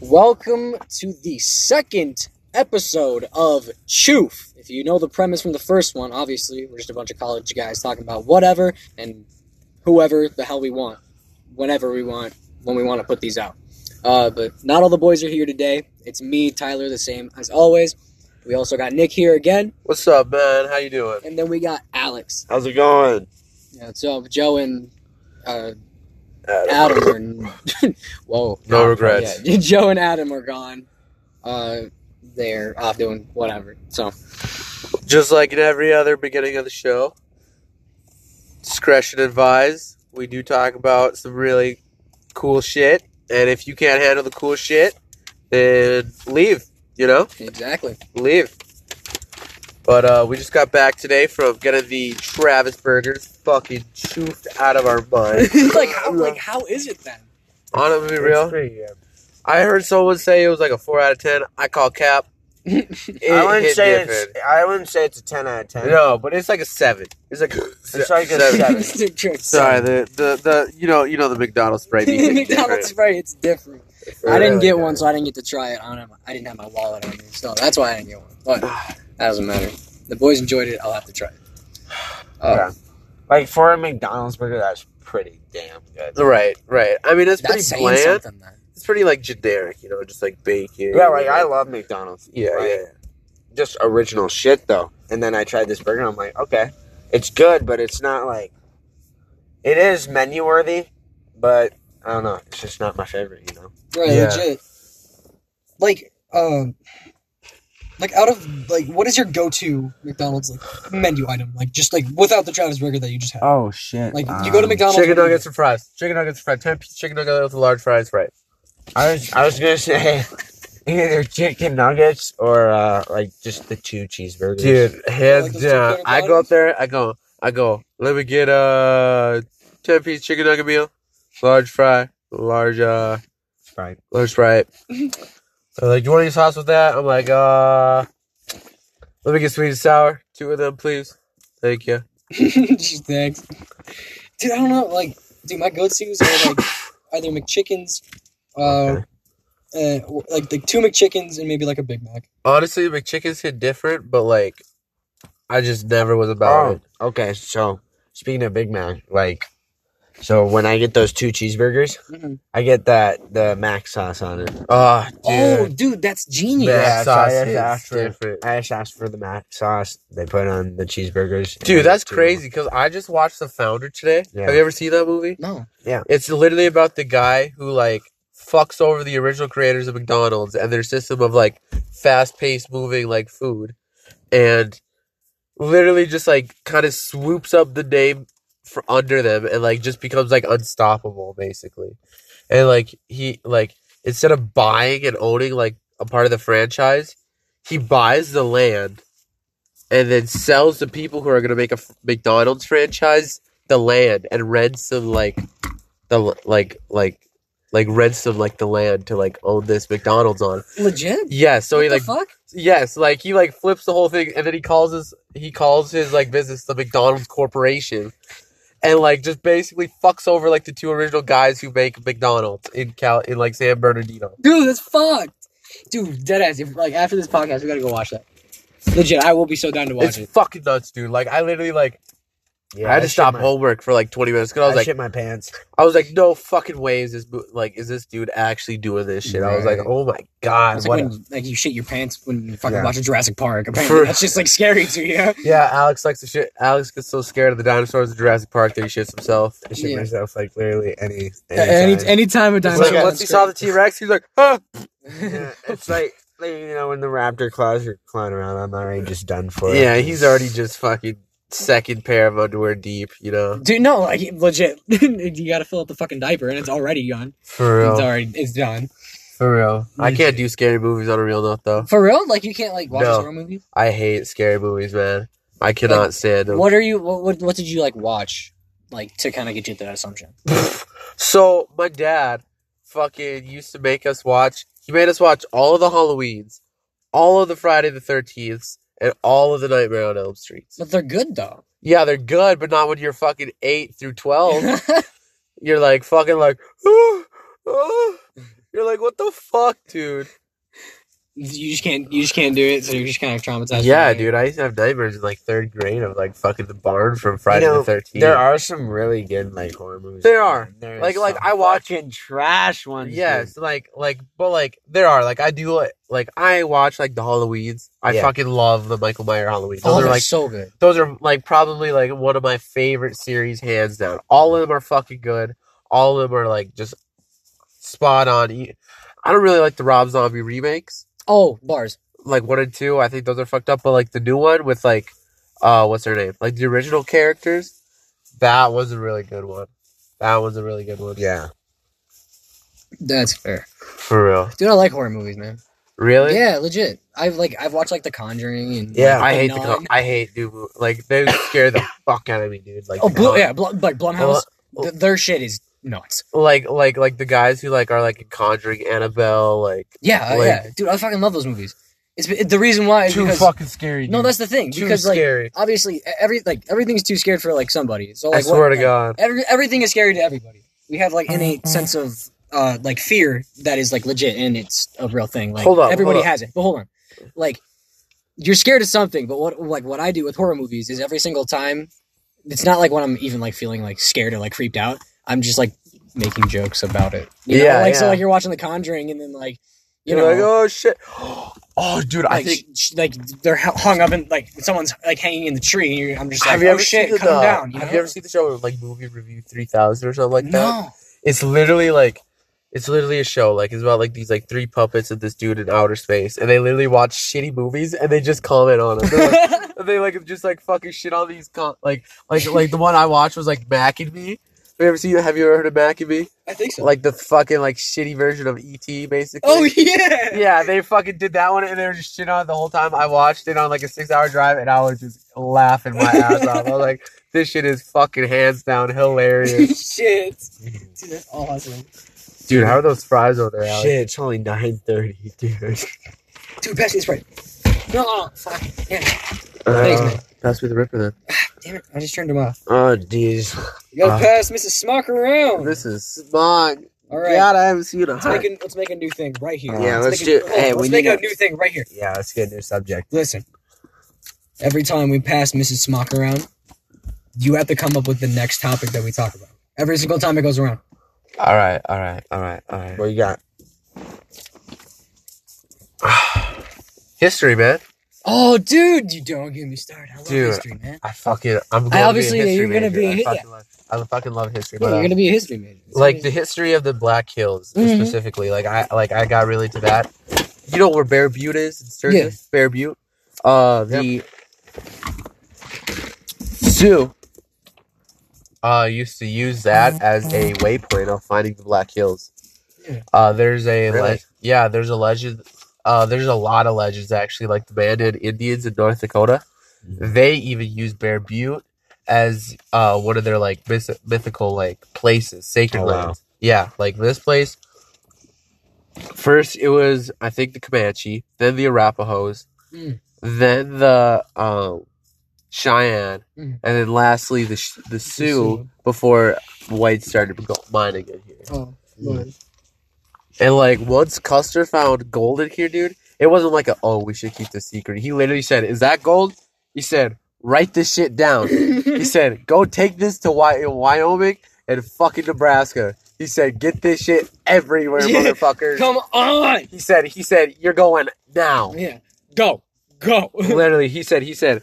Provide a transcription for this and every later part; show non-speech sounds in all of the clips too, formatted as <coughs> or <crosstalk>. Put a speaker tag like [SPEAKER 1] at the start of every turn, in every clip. [SPEAKER 1] Welcome to the second episode of Choof. If you know the premise from the first one, obviously, we're just a bunch of college guys talking about whatever and whoever the hell we want, whenever we want, when we want to put these out. Uh, but not all the boys are here today. It's me, Tyler, the same as always. We also got Nick here again,
[SPEAKER 2] What's up, man? How you doing?
[SPEAKER 1] and then we got Alex.
[SPEAKER 2] How's it going?
[SPEAKER 1] Yeah, so Joe and uh,
[SPEAKER 2] Adam.
[SPEAKER 1] Adam are <laughs> whoa.
[SPEAKER 2] No regrets.
[SPEAKER 1] Yeah, <laughs> Joe and Adam are gone. Uh, they're off doing whatever. So
[SPEAKER 2] Just like in every other beginning of the show, discretion advised. We do talk about some really cool shit, and if you can't handle the cool shit, then leave. You know,
[SPEAKER 1] exactly.
[SPEAKER 2] leave. But uh, we just got back today from getting the Travis burgers fucking choofed out of our mind.
[SPEAKER 1] <laughs> <laughs> like oh how, like how is it then?
[SPEAKER 2] On to be real, I heard someone say it was like a four out of ten. I call cap.
[SPEAKER 1] <laughs>
[SPEAKER 2] It
[SPEAKER 3] I wouldn't
[SPEAKER 2] hit
[SPEAKER 3] say
[SPEAKER 2] different.
[SPEAKER 3] it's. I wouldn't say it's a ten out of ten.
[SPEAKER 2] No, but it's like a seven. It's like
[SPEAKER 3] It's like a seven.
[SPEAKER 2] Sorry, the, the the you know you know the McDonald's spray.
[SPEAKER 1] <laughs> McDonald's right, it's different. I didn't get one, so I didn't get to try it. I don't have, I didn't have my wallet on me, so that's why I didn't get one. <sighs> But that doesn't matter. The boys enjoyed it. I'll have to try it. Uh,
[SPEAKER 2] Oh.
[SPEAKER 3] Yeah. Like for a McDonald's burger, that's pretty damn good.
[SPEAKER 2] Right, right. I mean, it's pretty
[SPEAKER 1] That's saying
[SPEAKER 2] bland.
[SPEAKER 1] something. Then.
[SPEAKER 2] It's pretty like generic, you know, just like bacon.
[SPEAKER 3] Yeah, like I love McDonald's.
[SPEAKER 2] Yeah,
[SPEAKER 3] Like,
[SPEAKER 2] yeah.
[SPEAKER 3] Just original shit though. And then I tried this burger. I'm like, okay, it's good, but it's not like. It is menu worthy, but I don't know. It's just not my favorite. You know.
[SPEAKER 1] Right,
[SPEAKER 2] Yeah.
[SPEAKER 1] legit. Like, um, like out of like, what is your go-to McDonald's like menu item? Like, just like without the Travis burger that you just had.
[SPEAKER 2] Uh,
[SPEAKER 3] Oh shit!
[SPEAKER 1] like, you go to McDonald's.
[SPEAKER 2] Chicken
[SPEAKER 1] what do you
[SPEAKER 2] nuggets and fries. Chicken nuggets and fries. Ten piece chicken nugget with a large fries, right?
[SPEAKER 3] I was I was gonna <laughs> say either chicken nuggets or uh, like just the two cheeseburgers.
[SPEAKER 2] Dude,
[SPEAKER 1] Like
[SPEAKER 2] hands
[SPEAKER 1] those
[SPEAKER 2] down.
[SPEAKER 1] two-quarter
[SPEAKER 2] I go
[SPEAKER 1] bottoms?
[SPEAKER 2] up there. I go. I go. Let me get a ten piece chicken nugget meal, large fry, large uh,
[SPEAKER 3] Right.
[SPEAKER 2] That's right. They're like, do you want any sauce with that? I'm like, uh, let me get sweet and sour. Two of them, please. Thank you.
[SPEAKER 1] <laughs> Just Thanks, dude. I don't know. Like, dude, my go-to's are like either McChickens, uh, uh, w- like the two McChickens and maybe like a Big Mac.
[SPEAKER 2] Honestly, McChickens hit different, but like, I just never was about
[SPEAKER 3] Oh,
[SPEAKER 2] it.
[SPEAKER 3] okay. So speaking of Big Mac, like, so when I get those two cheeseburgers,
[SPEAKER 1] Mhm.
[SPEAKER 3] I get that the mac sauce on it.
[SPEAKER 2] Oh, dude.
[SPEAKER 1] dude, that's genius.
[SPEAKER 2] Mac
[SPEAKER 3] Yeah,
[SPEAKER 2] sauce
[SPEAKER 3] so I
[SPEAKER 2] hits
[SPEAKER 3] asked for-
[SPEAKER 2] different.
[SPEAKER 3] I just asked for the mac sauce. They put it on the cheeseburgers.
[SPEAKER 2] Dude, that's
[SPEAKER 3] Two.
[SPEAKER 2] crazy because I just watched The Founder today.
[SPEAKER 3] Yeah.
[SPEAKER 2] Have you ever seen that movie?
[SPEAKER 1] No,
[SPEAKER 2] It's literally about the guy who like fucks over the original creators of McDonald's and their system of like fast paced moving like food and literally just like kind of swoops up the name for under them and like just becomes like unstoppable basically. And like he like instead of buying and owning like a part of the franchise, he buys the land and then sells the people who are going to make a f- McDonald's franchise the land and rents them like the l- like like like rents them like the land to like own this McDonald's on.
[SPEAKER 1] legit.
[SPEAKER 2] Yeah, so he
[SPEAKER 1] what
[SPEAKER 2] like
[SPEAKER 1] the fuck?
[SPEAKER 2] yes, like he like flips the whole thing and then he calls his he calls his like business the McDonald's Corporation. And like just basically fucks over like the two original guys who make McDonald's in Cal in like San Bernardino.
[SPEAKER 1] Dude, that's fucked. Dude, deadass. If like after this podcast, we gotta go watch that. Legit, I will be so down to watch
[SPEAKER 2] it's
[SPEAKER 1] it.
[SPEAKER 2] fucking nuts, dude. Like I literally like
[SPEAKER 3] Yeah,
[SPEAKER 2] I had to
[SPEAKER 3] shit
[SPEAKER 2] stop
[SPEAKER 3] my-
[SPEAKER 2] homework for like twenty minutes because I
[SPEAKER 3] I
[SPEAKER 2] was like
[SPEAKER 3] shit my pants.
[SPEAKER 2] I was like no fucking way is this bo- like is this dude actually doing this shit? I was like
[SPEAKER 3] Right.
[SPEAKER 2] oh my god
[SPEAKER 1] It's
[SPEAKER 2] what
[SPEAKER 1] like
[SPEAKER 2] a-
[SPEAKER 1] when like you shit your pants when you fucking
[SPEAKER 3] Yeah.
[SPEAKER 1] watch a Jurassic Park.
[SPEAKER 2] <laughs>
[SPEAKER 1] Apparently,
[SPEAKER 2] For-
[SPEAKER 1] that's just like scary to you.
[SPEAKER 2] Yeah, Alex likes to shit. Alex gets so scared of the dinosaurs in Jurassic Park that he shits himself.
[SPEAKER 3] I shit
[SPEAKER 1] Yeah.
[SPEAKER 3] myself like literally any.
[SPEAKER 1] <laughs>
[SPEAKER 3] any
[SPEAKER 1] Any
[SPEAKER 3] time.
[SPEAKER 1] any time a
[SPEAKER 2] It's like,
[SPEAKER 1] dinosaur.
[SPEAKER 2] once he saw the T Rex, he's like, huh.
[SPEAKER 3] Yeah, it's like. like, You know, when the raptor claws are clawing around, I'm already just done for.
[SPEAKER 2] Yeah, he's already just fucking second pair of underwear deep, you know?
[SPEAKER 1] Dude, no, like legit. <laughs> you gotta fill up the fucking diaper, and it's already gone.
[SPEAKER 2] For
[SPEAKER 1] It's
[SPEAKER 2] real.
[SPEAKER 1] already it's done.
[SPEAKER 2] For real. I can't do scary movies on a real note, though.
[SPEAKER 1] For real, like you can't like watch a
[SPEAKER 2] No.
[SPEAKER 1] horror movie.
[SPEAKER 2] I hate scary movies, man. I cannot stand them.
[SPEAKER 1] What are you? What what, what did you like watch? Like to kind of get you to that assumption.
[SPEAKER 2] So, my dad fucking used to make us watch, he made us watch all of the Halloweens, all of the Friday the 13th, and all of the Nightmare on Elm Street.
[SPEAKER 1] But they're good though.
[SPEAKER 2] Yeah, they're good, but not when you're fucking <laughs> Oh. eight through twelve. you're like fucking like, "Ooh, ooh." "Ah, You're like, what the fuck, dude?
[SPEAKER 1] <laughs> You just can't. You just can't do it. So you're just kind of traumatized.
[SPEAKER 2] yeah,
[SPEAKER 1] from it.
[SPEAKER 2] dude. I used to have nightmares in like third grade of like fucking the barn from Friday
[SPEAKER 3] know,
[SPEAKER 2] the 13th.
[SPEAKER 3] There are some really good like horror movies.
[SPEAKER 2] There are.
[SPEAKER 3] There's
[SPEAKER 2] Like- like,
[SPEAKER 3] some
[SPEAKER 2] I watch-
[SPEAKER 3] fucking trash ones.
[SPEAKER 2] Yes, like like but like there are like I do like- like I watch like the Halloweens. I
[SPEAKER 3] Yeah.
[SPEAKER 2] fucking love the Michael Meyer Halloween.
[SPEAKER 1] Oh,
[SPEAKER 2] Those are
[SPEAKER 1] they're
[SPEAKER 2] like
[SPEAKER 1] so good.
[SPEAKER 2] those are like probably like one of my favorite series hands down. All of them are fucking good. All of them are like just spot on. E- I don't really like the Rob Zombie remakes.
[SPEAKER 1] Oh, bars.
[SPEAKER 2] Like one and two, I think those are fucked up, but like the new one with like uh what's her name? Like the original characters, that was a really good one. That was a really good one.
[SPEAKER 3] Dude. Yeah.
[SPEAKER 1] That's fair.
[SPEAKER 2] For real.
[SPEAKER 1] Dude, I like horror movies, man.
[SPEAKER 2] Really?
[SPEAKER 1] Yeah, legit. I've like I've watched like The Conjuring and
[SPEAKER 3] Yeah.
[SPEAKER 1] like,
[SPEAKER 2] I hate the
[SPEAKER 1] Nun.
[SPEAKER 2] co- I hate dude. Like they
[SPEAKER 1] <coughs>
[SPEAKER 2] scare the fuck out of me, dude. Like
[SPEAKER 1] Oh, Blu-
[SPEAKER 2] hell-
[SPEAKER 1] yeah, Bl- like Blumhouse.
[SPEAKER 2] Well-
[SPEAKER 1] th- their shit is nuts.
[SPEAKER 2] Like like like the guys who like are like in Conjuring, Annabelle, like
[SPEAKER 1] Yeah, uh,
[SPEAKER 2] Like-
[SPEAKER 1] yeah, dude, I fucking love those movies. It's be- the reason why is because
[SPEAKER 2] scary.
[SPEAKER 1] no, that's the thing
[SPEAKER 2] too
[SPEAKER 1] because like
[SPEAKER 2] scary.
[SPEAKER 1] obviously e- every like everything's too scared for like somebody. So
[SPEAKER 2] I
[SPEAKER 1] like
[SPEAKER 2] swear
[SPEAKER 1] what-
[SPEAKER 2] to
[SPEAKER 1] like,
[SPEAKER 2] God.
[SPEAKER 1] every, everything is scary to everybody. We have like innate sense of uh like fear that is like legit and it's a real thing. Like
[SPEAKER 2] Hold up,
[SPEAKER 1] everybody
[SPEAKER 2] hold up.
[SPEAKER 1] has it. But hold on. Like you're scared of something, but what like what I do with horror movies is every single time it's not like when I'm even like feeling like scared or like creeped out. I'm just like making jokes about it. You know?
[SPEAKER 2] Yeah,
[SPEAKER 1] Like so
[SPEAKER 2] yeah.
[SPEAKER 1] like you're watching The Conjuring and then like you
[SPEAKER 2] You're
[SPEAKER 1] know
[SPEAKER 2] like oh shit. <gasps> Oh dude, I
[SPEAKER 1] like,
[SPEAKER 2] think.
[SPEAKER 1] sh- like they're hu- hung up in like someone's like hanging in the tree and you're, I'm just like
[SPEAKER 2] Have you
[SPEAKER 1] oh
[SPEAKER 2] ever
[SPEAKER 1] shit
[SPEAKER 2] seen
[SPEAKER 1] come
[SPEAKER 2] the? uh,
[SPEAKER 1] down you
[SPEAKER 2] have
[SPEAKER 1] know?
[SPEAKER 2] you ever seen the show like Movie Review Three Thousand or something like that?
[SPEAKER 1] no
[SPEAKER 2] it's literally like it's literally a show like it's about like these like three puppets of this dude in outer space and they literally watch shitty movies and they just comment on them
[SPEAKER 1] <laughs>
[SPEAKER 2] They're like, and they like just like fucking shit on these con- like like like the one i watched was like mac and me have you ever seen have you ever heard of mac and me
[SPEAKER 1] I think so
[SPEAKER 2] like the fucking like shitty version of et basically
[SPEAKER 1] oh yeah
[SPEAKER 2] yeah they fucking did that one and they were just shit on it the whole time i watched it on like a six hour drive and i was just laughing my ass off i was like this shit is fucking hands down hilarious
[SPEAKER 1] <laughs> Shit. Dude, that's awesome.
[SPEAKER 2] <laughs> dude how are those fries over there Alex?
[SPEAKER 3] Shit, it's only nine thirty, <laughs> dude.
[SPEAKER 1] Dude, pass me the spray. No, no, no, fuck. Damn it.
[SPEAKER 2] Thanks,
[SPEAKER 1] Thanks,
[SPEAKER 2] man.
[SPEAKER 1] man.
[SPEAKER 2] Uh, Pass me the ripper then.
[SPEAKER 1] Damn it. I just turned him off.
[SPEAKER 3] Oh, jeez.
[SPEAKER 1] You gotta
[SPEAKER 2] Uh,
[SPEAKER 1] pass Mrs. Smock around.
[SPEAKER 2] This is smog.
[SPEAKER 1] All right.
[SPEAKER 2] God, I haven't seen a
[SPEAKER 1] Let's make, a, let's make a new thing right here.
[SPEAKER 3] Yeah, let's
[SPEAKER 1] make
[SPEAKER 3] do-
[SPEAKER 1] a, hold on,
[SPEAKER 3] hey,
[SPEAKER 1] let's
[SPEAKER 3] we
[SPEAKER 1] make
[SPEAKER 3] need
[SPEAKER 1] a
[SPEAKER 3] to-
[SPEAKER 1] new thing right here.
[SPEAKER 3] Yeah, let's get a new subject.
[SPEAKER 1] Listen. Every time we pass Mrs. Smock around, you have to come up with the next topic that we talk about. Every single time it goes around.
[SPEAKER 2] All right, all right, all right, all right.
[SPEAKER 3] What you got?
[SPEAKER 2] History, man.
[SPEAKER 1] Oh, dude, you don't get me started. I love
[SPEAKER 2] Dude.
[SPEAKER 1] history, man.
[SPEAKER 2] I fucking. I'm going
[SPEAKER 1] obviously-
[SPEAKER 2] to be a history
[SPEAKER 1] you're gonna
[SPEAKER 2] major.
[SPEAKER 1] be a
[SPEAKER 2] I
[SPEAKER 1] hit-
[SPEAKER 2] fucking love- I fucking love history,
[SPEAKER 1] Yeah,
[SPEAKER 2] but
[SPEAKER 1] you're
[SPEAKER 2] um,
[SPEAKER 1] gonna be a history major. That's
[SPEAKER 2] like
[SPEAKER 1] what
[SPEAKER 2] the
[SPEAKER 1] it
[SPEAKER 2] history of the Black Hills
[SPEAKER 1] Mhm.
[SPEAKER 2] specifically. Like I, like I got really to that. You know where Bear Butte is in Sturgis?
[SPEAKER 1] Yeah.
[SPEAKER 2] Bear Butte. Uh, the zoo. Uh, used to use that as a waypoint of finding the Black Hills.
[SPEAKER 1] Yeah.
[SPEAKER 2] Uh, there's a
[SPEAKER 3] Really?
[SPEAKER 2] leg- yeah, there's a legend. Uh, there's a lot of legends actually, like the Bandit Indians in North Dakota.
[SPEAKER 3] Mhm.
[SPEAKER 2] They even use Bear Butte as uh one of their like myth- mythical like places, sacred
[SPEAKER 3] Oh, wow.
[SPEAKER 2] lands. Yeah, like this place. First, it was I think the Comanche, then the Arapahoes,
[SPEAKER 1] Mm.
[SPEAKER 2] then the um, Cheyenne,
[SPEAKER 1] Mm.
[SPEAKER 2] and then lastly the Sh- the Sioux
[SPEAKER 1] Sioux.
[SPEAKER 2] before whites started go- mining in here.
[SPEAKER 1] is. Oh, Lord.
[SPEAKER 2] And like once Custer found gold in here, dude, it wasn't like a oh we should keep this secret. He literally said, "Is that gold?" He said, "Write this shit down."
[SPEAKER 1] <laughs>
[SPEAKER 2] he said, "Go take this to Wy- Wyoming and fucking Nebraska." He said, "Get this shit everywhere,
[SPEAKER 1] Yeah.
[SPEAKER 2] motherfucker."
[SPEAKER 1] Come on.
[SPEAKER 2] He said, "He said you're going now."
[SPEAKER 1] Yeah. Go.
[SPEAKER 2] <laughs>
[SPEAKER 1] Go.
[SPEAKER 2] literally, he said, "He said,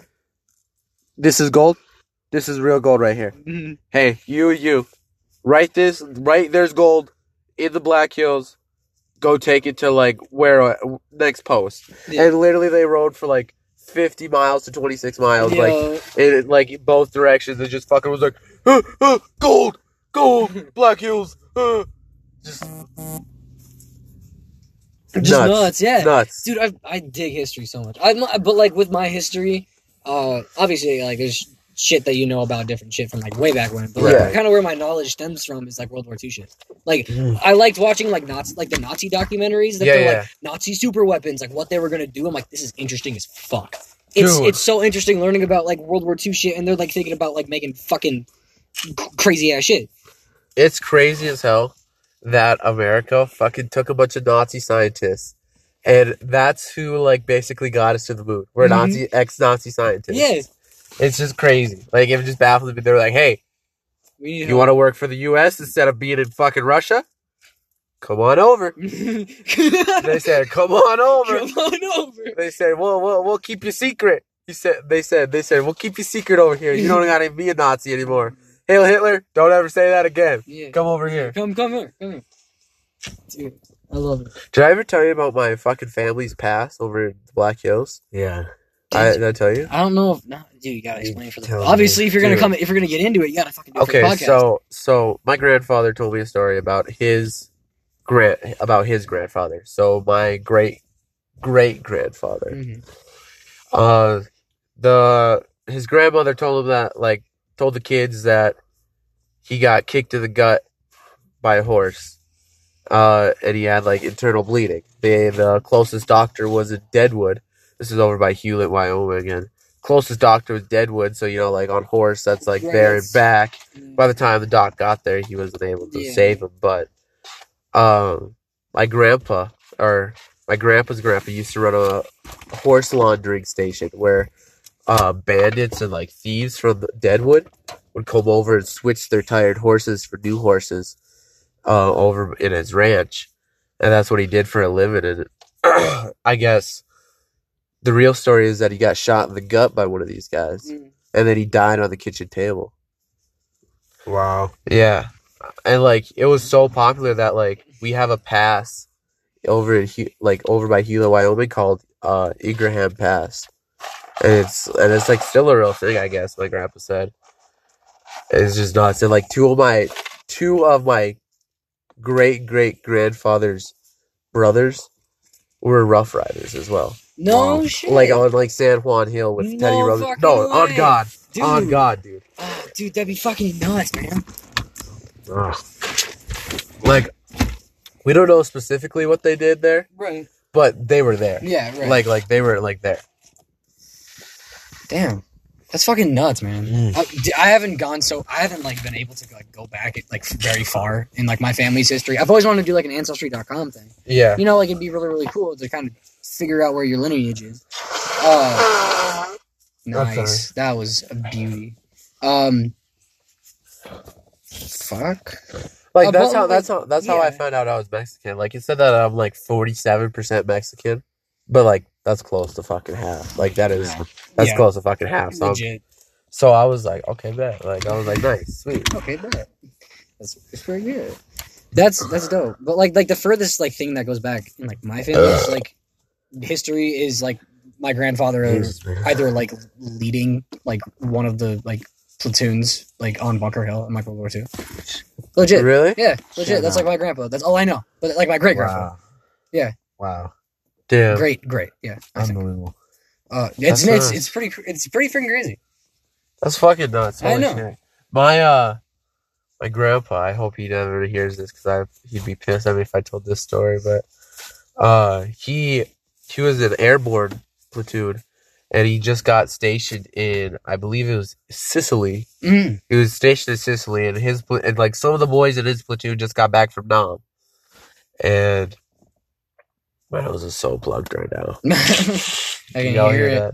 [SPEAKER 2] this is gold. This is real gold right here." hey, you, you, write this, right there's gold in the Black Hills. Go take it to like where uh, next post,
[SPEAKER 1] Yeah.
[SPEAKER 2] and literally they rode for like fifty miles to twenty six miles, like
[SPEAKER 1] Yo.
[SPEAKER 2] in like both directions. It just fucking was like "Uh, uh, gold,
[SPEAKER 1] <laughs>
[SPEAKER 2] gold, Black Hills, uh." just
[SPEAKER 1] just nuts, yeah.
[SPEAKER 2] nuts.
[SPEAKER 1] Dude, I, I dig history so much. I but like with my history, uh, obviously like there's shit that you know about different shit from like way back when. But like,
[SPEAKER 2] Right.
[SPEAKER 1] kind of where my knowledge stems from is like World War II shit. Like I liked watching like Nazi like the Nazi documentaries that
[SPEAKER 2] Mm. Yeah,
[SPEAKER 1] they're
[SPEAKER 2] yeah.
[SPEAKER 1] like Nazi super weapons, like what they were gonna do. I'm like, this is interesting as fuck. It's
[SPEAKER 2] Dude.
[SPEAKER 1] it's so interesting learning about like World War II shit, and they're like thinking about like making fucking crazy ass shit.
[SPEAKER 2] it's crazy as hell. that America fucking took a bunch of Nazi scientists. And that's who like basically got us to the moon. We're
[SPEAKER 1] Mhm.
[SPEAKER 2] Nazi ex Nazi scientists.
[SPEAKER 1] Yeah,
[SPEAKER 2] It's just crazy. Like it just baffled me. They were like, hey,
[SPEAKER 1] we need
[SPEAKER 2] you wanna work for the US instead of being in fucking Russia? Come on over. They
[SPEAKER 1] <laughs> they
[SPEAKER 2] said, Come on over.
[SPEAKER 1] Come on over.
[SPEAKER 2] They said, "Well, we'll we'll keep you secret." He said, "They said they said we'll keep you secret over here.
[SPEAKER 1] <laughs>
[SPEAKER 2] You don't gotta be a Nazi anymore." Hail Hitler! Don't ever say that again.
[SPEAKER 1] Yeah.
[SPEAKER 2] Come over here.
[SPEAKER 1] Come, come here, come here. Dude, I love it.
[SPEAKER 2] Did I ever tell you about my fucking family's past over in the Black Hills?
[SPEAKER 3] Yeah.
[SPEAKER 2] I did I tell you?
[SPEAKER 1] I don't know if not, dude. You gotta
[SPEAKER 3] You
[SPEAKER 1] explain for the
[SPEAKER 3] tell me.
[SPEAKER 1] obviously if you're gonna
[SPEAKER 2] Dude.
[SPEAKER 1] come if you're gonna get into it, you gotta fucking do it for the
[SPEAKER 2] Okay,
[SPEAKER 1] podcast.
[SPEAKER 2] so so my grandfather told me a story about his grand about his grandfather. So my great great grandfather.
[SPEAKER 1] Mhm.
[SPEAKER 2] uh the his grandmother told him that like told the kids that he got kicked in the gut by a horse uh and he had like internal bleeding they the closest doctor was in deadwood this is over by hewlett wyoming again closest doctor was deadwood so you know like on horse that's like
[SPEAKER 1] Right,
[SPEAKER 2] there and
[SPEAKER 1] it's-
[SPEAKER 2] back by the time the doc got there, he wasn't able to
[SPEAKER 1] Mm. Yeah.
[SPEAKER 2] save him. But um, my grandpa or my grandpa's grandpa used to run a horse laundering station where uh, bandits and like thieves from the Deadwood would come over and switch their tired horses for new horses uh, over in his ranch, and that's what he did for a living. And <clears throat> I guess the real story is that he got shot in the gut by one of these guys,
[SPEAKER 1] Mm.
[SPEAKER 2] and then he died on the kitchen table.
[SPEAKER 3] Wow.
[SPEAKER 2] Yeah. And like it was so popular that like we have a pass over in Hu- like over by Hilo, Wyoming called uh Ingraham Pass. And it's and it's like still a real thing, I guess, my grandpa said. It's just nuts. And like two of my two of my great great grandfather's brothers were Rough Riders as well.
[SPEAKER 1] no
[SPEAKER 3] Wow.
[SPEAKER 1] shit,
[SPEAKER 2] Like on like San Juan Hill with Teddy
[SPEAKER 1] No
[SPEAKER 2] Roosevelt.
[SPEAKER 1] fucking
[SPEAKER 2] No, on
[SPEAKER 1] way.
[SPEAKER 2] God.
[SPEAKER 1] dude,
[SPEAKER 2] On God, dude.
[SPEAKER 1] Ah, dude, that'd be fucking nuts, man.
[SPEAKER 3] Ugh.
[SPEAKER 2] Like we don't know specifically what they did there.
[SPEAKER 1] Right?
[SPEAKER 2] but they were there.
[SPEAKER 1] Yeah, right.
[SPEAKER 2] Like like they were like there.
[SPEAKER 1] Damn, that's fucking nuts, man.
[SPEAKER 3] Mm.
[SPEAKER 1] I, d- I haven't gone so I haven't like been able to like go back like very far in like my family's history. I've always wanted to do like an ancestry.com thing.
[SPEAKER 2] Yeah.
[SPEAKER 1] You know, like it'd be really really cool to kind of figure out where your lineage is. Uh,
[SPEAKER 2] That's
[SPEAKER 1] nice. That was a beauty. Um, fuck.
[SPEAKER 2] Like
[SPEAKER 1] Uh,
[SPEAKER 2] that's
[SPEAKER 1] but,
[SPEAKER 2] how that's how that's how I
[SPEAKER 1] yeah.
[SPEAKER 2] found out I was Mexican. Like it said that I'm like 47% Mexican, but like that's close to fucking half. Like that is that's
[SPEAKER 1] Yeah.
[SPEAKER 2] close to fucking half. So, I'm-
[SPEAKER 1] Legit.
[SPEAKER 2] so I was like, okay, bet. Like I was like, nice, sweet.
[SPEAKER 1] Okay, bet. That's it's pretty good. That's that's dope. But like like the furthest like thing that goes back in like my family's like history is like my grandfather was
[SPEAKER 3] Jesus, man.
[SPEAKER 1] either like leading like one of the like platoons like on Bunker Hill in like World War II. Legit.
[SPEAKER 2] Really?
[SPEAKER 1] Yeah, legit.
[SPEAKER 3] Shut
[SPEAKER 1] That's like my grandpa. That's all I know. But like my great grandpa.
[SPEAKER 3] Wow.
[SPEAKER 1] Yeah.
[SPEAKER 3] Wow.
[SPEAKER 2] Damn.
[SPEAKER 1] Great, great. Yeah. I think.
[SPEAKER 3] Unbelievable.
[SPEAKER 1] Uh, it's,
[SPEAKER 2] That's
[SPEAKER 1] it's
[SPEAKER 2] nice.
[SPEAKER 1] it's pretty cr- it's pretty freaking crazy.
[SPEAKER 2] That's fucking nuts.
[SPEAKER 1] I
[SPEAKER 2] Holy
[SPEAKER 1] know.
[SPEAKER 2] shit. My uh my grandpa, I hope he never hears this cuz I he'd be pissed at me if I told this story, but uh he he was an airborne platoon and he just got stationed in I believe it was Sicily.
[SPEAKER 1] Mm. <laughs>
[SPEAKER 2] He was stationed in Sicily and his pla- and like some of the boys in his platoon just got back from Nam. And my nose is so plugged right now.
[SPEAKER 1] I can
[SPEAKER 2] Y'all
[SPEAKER 1] hear it.
[SPEAKER 2] that?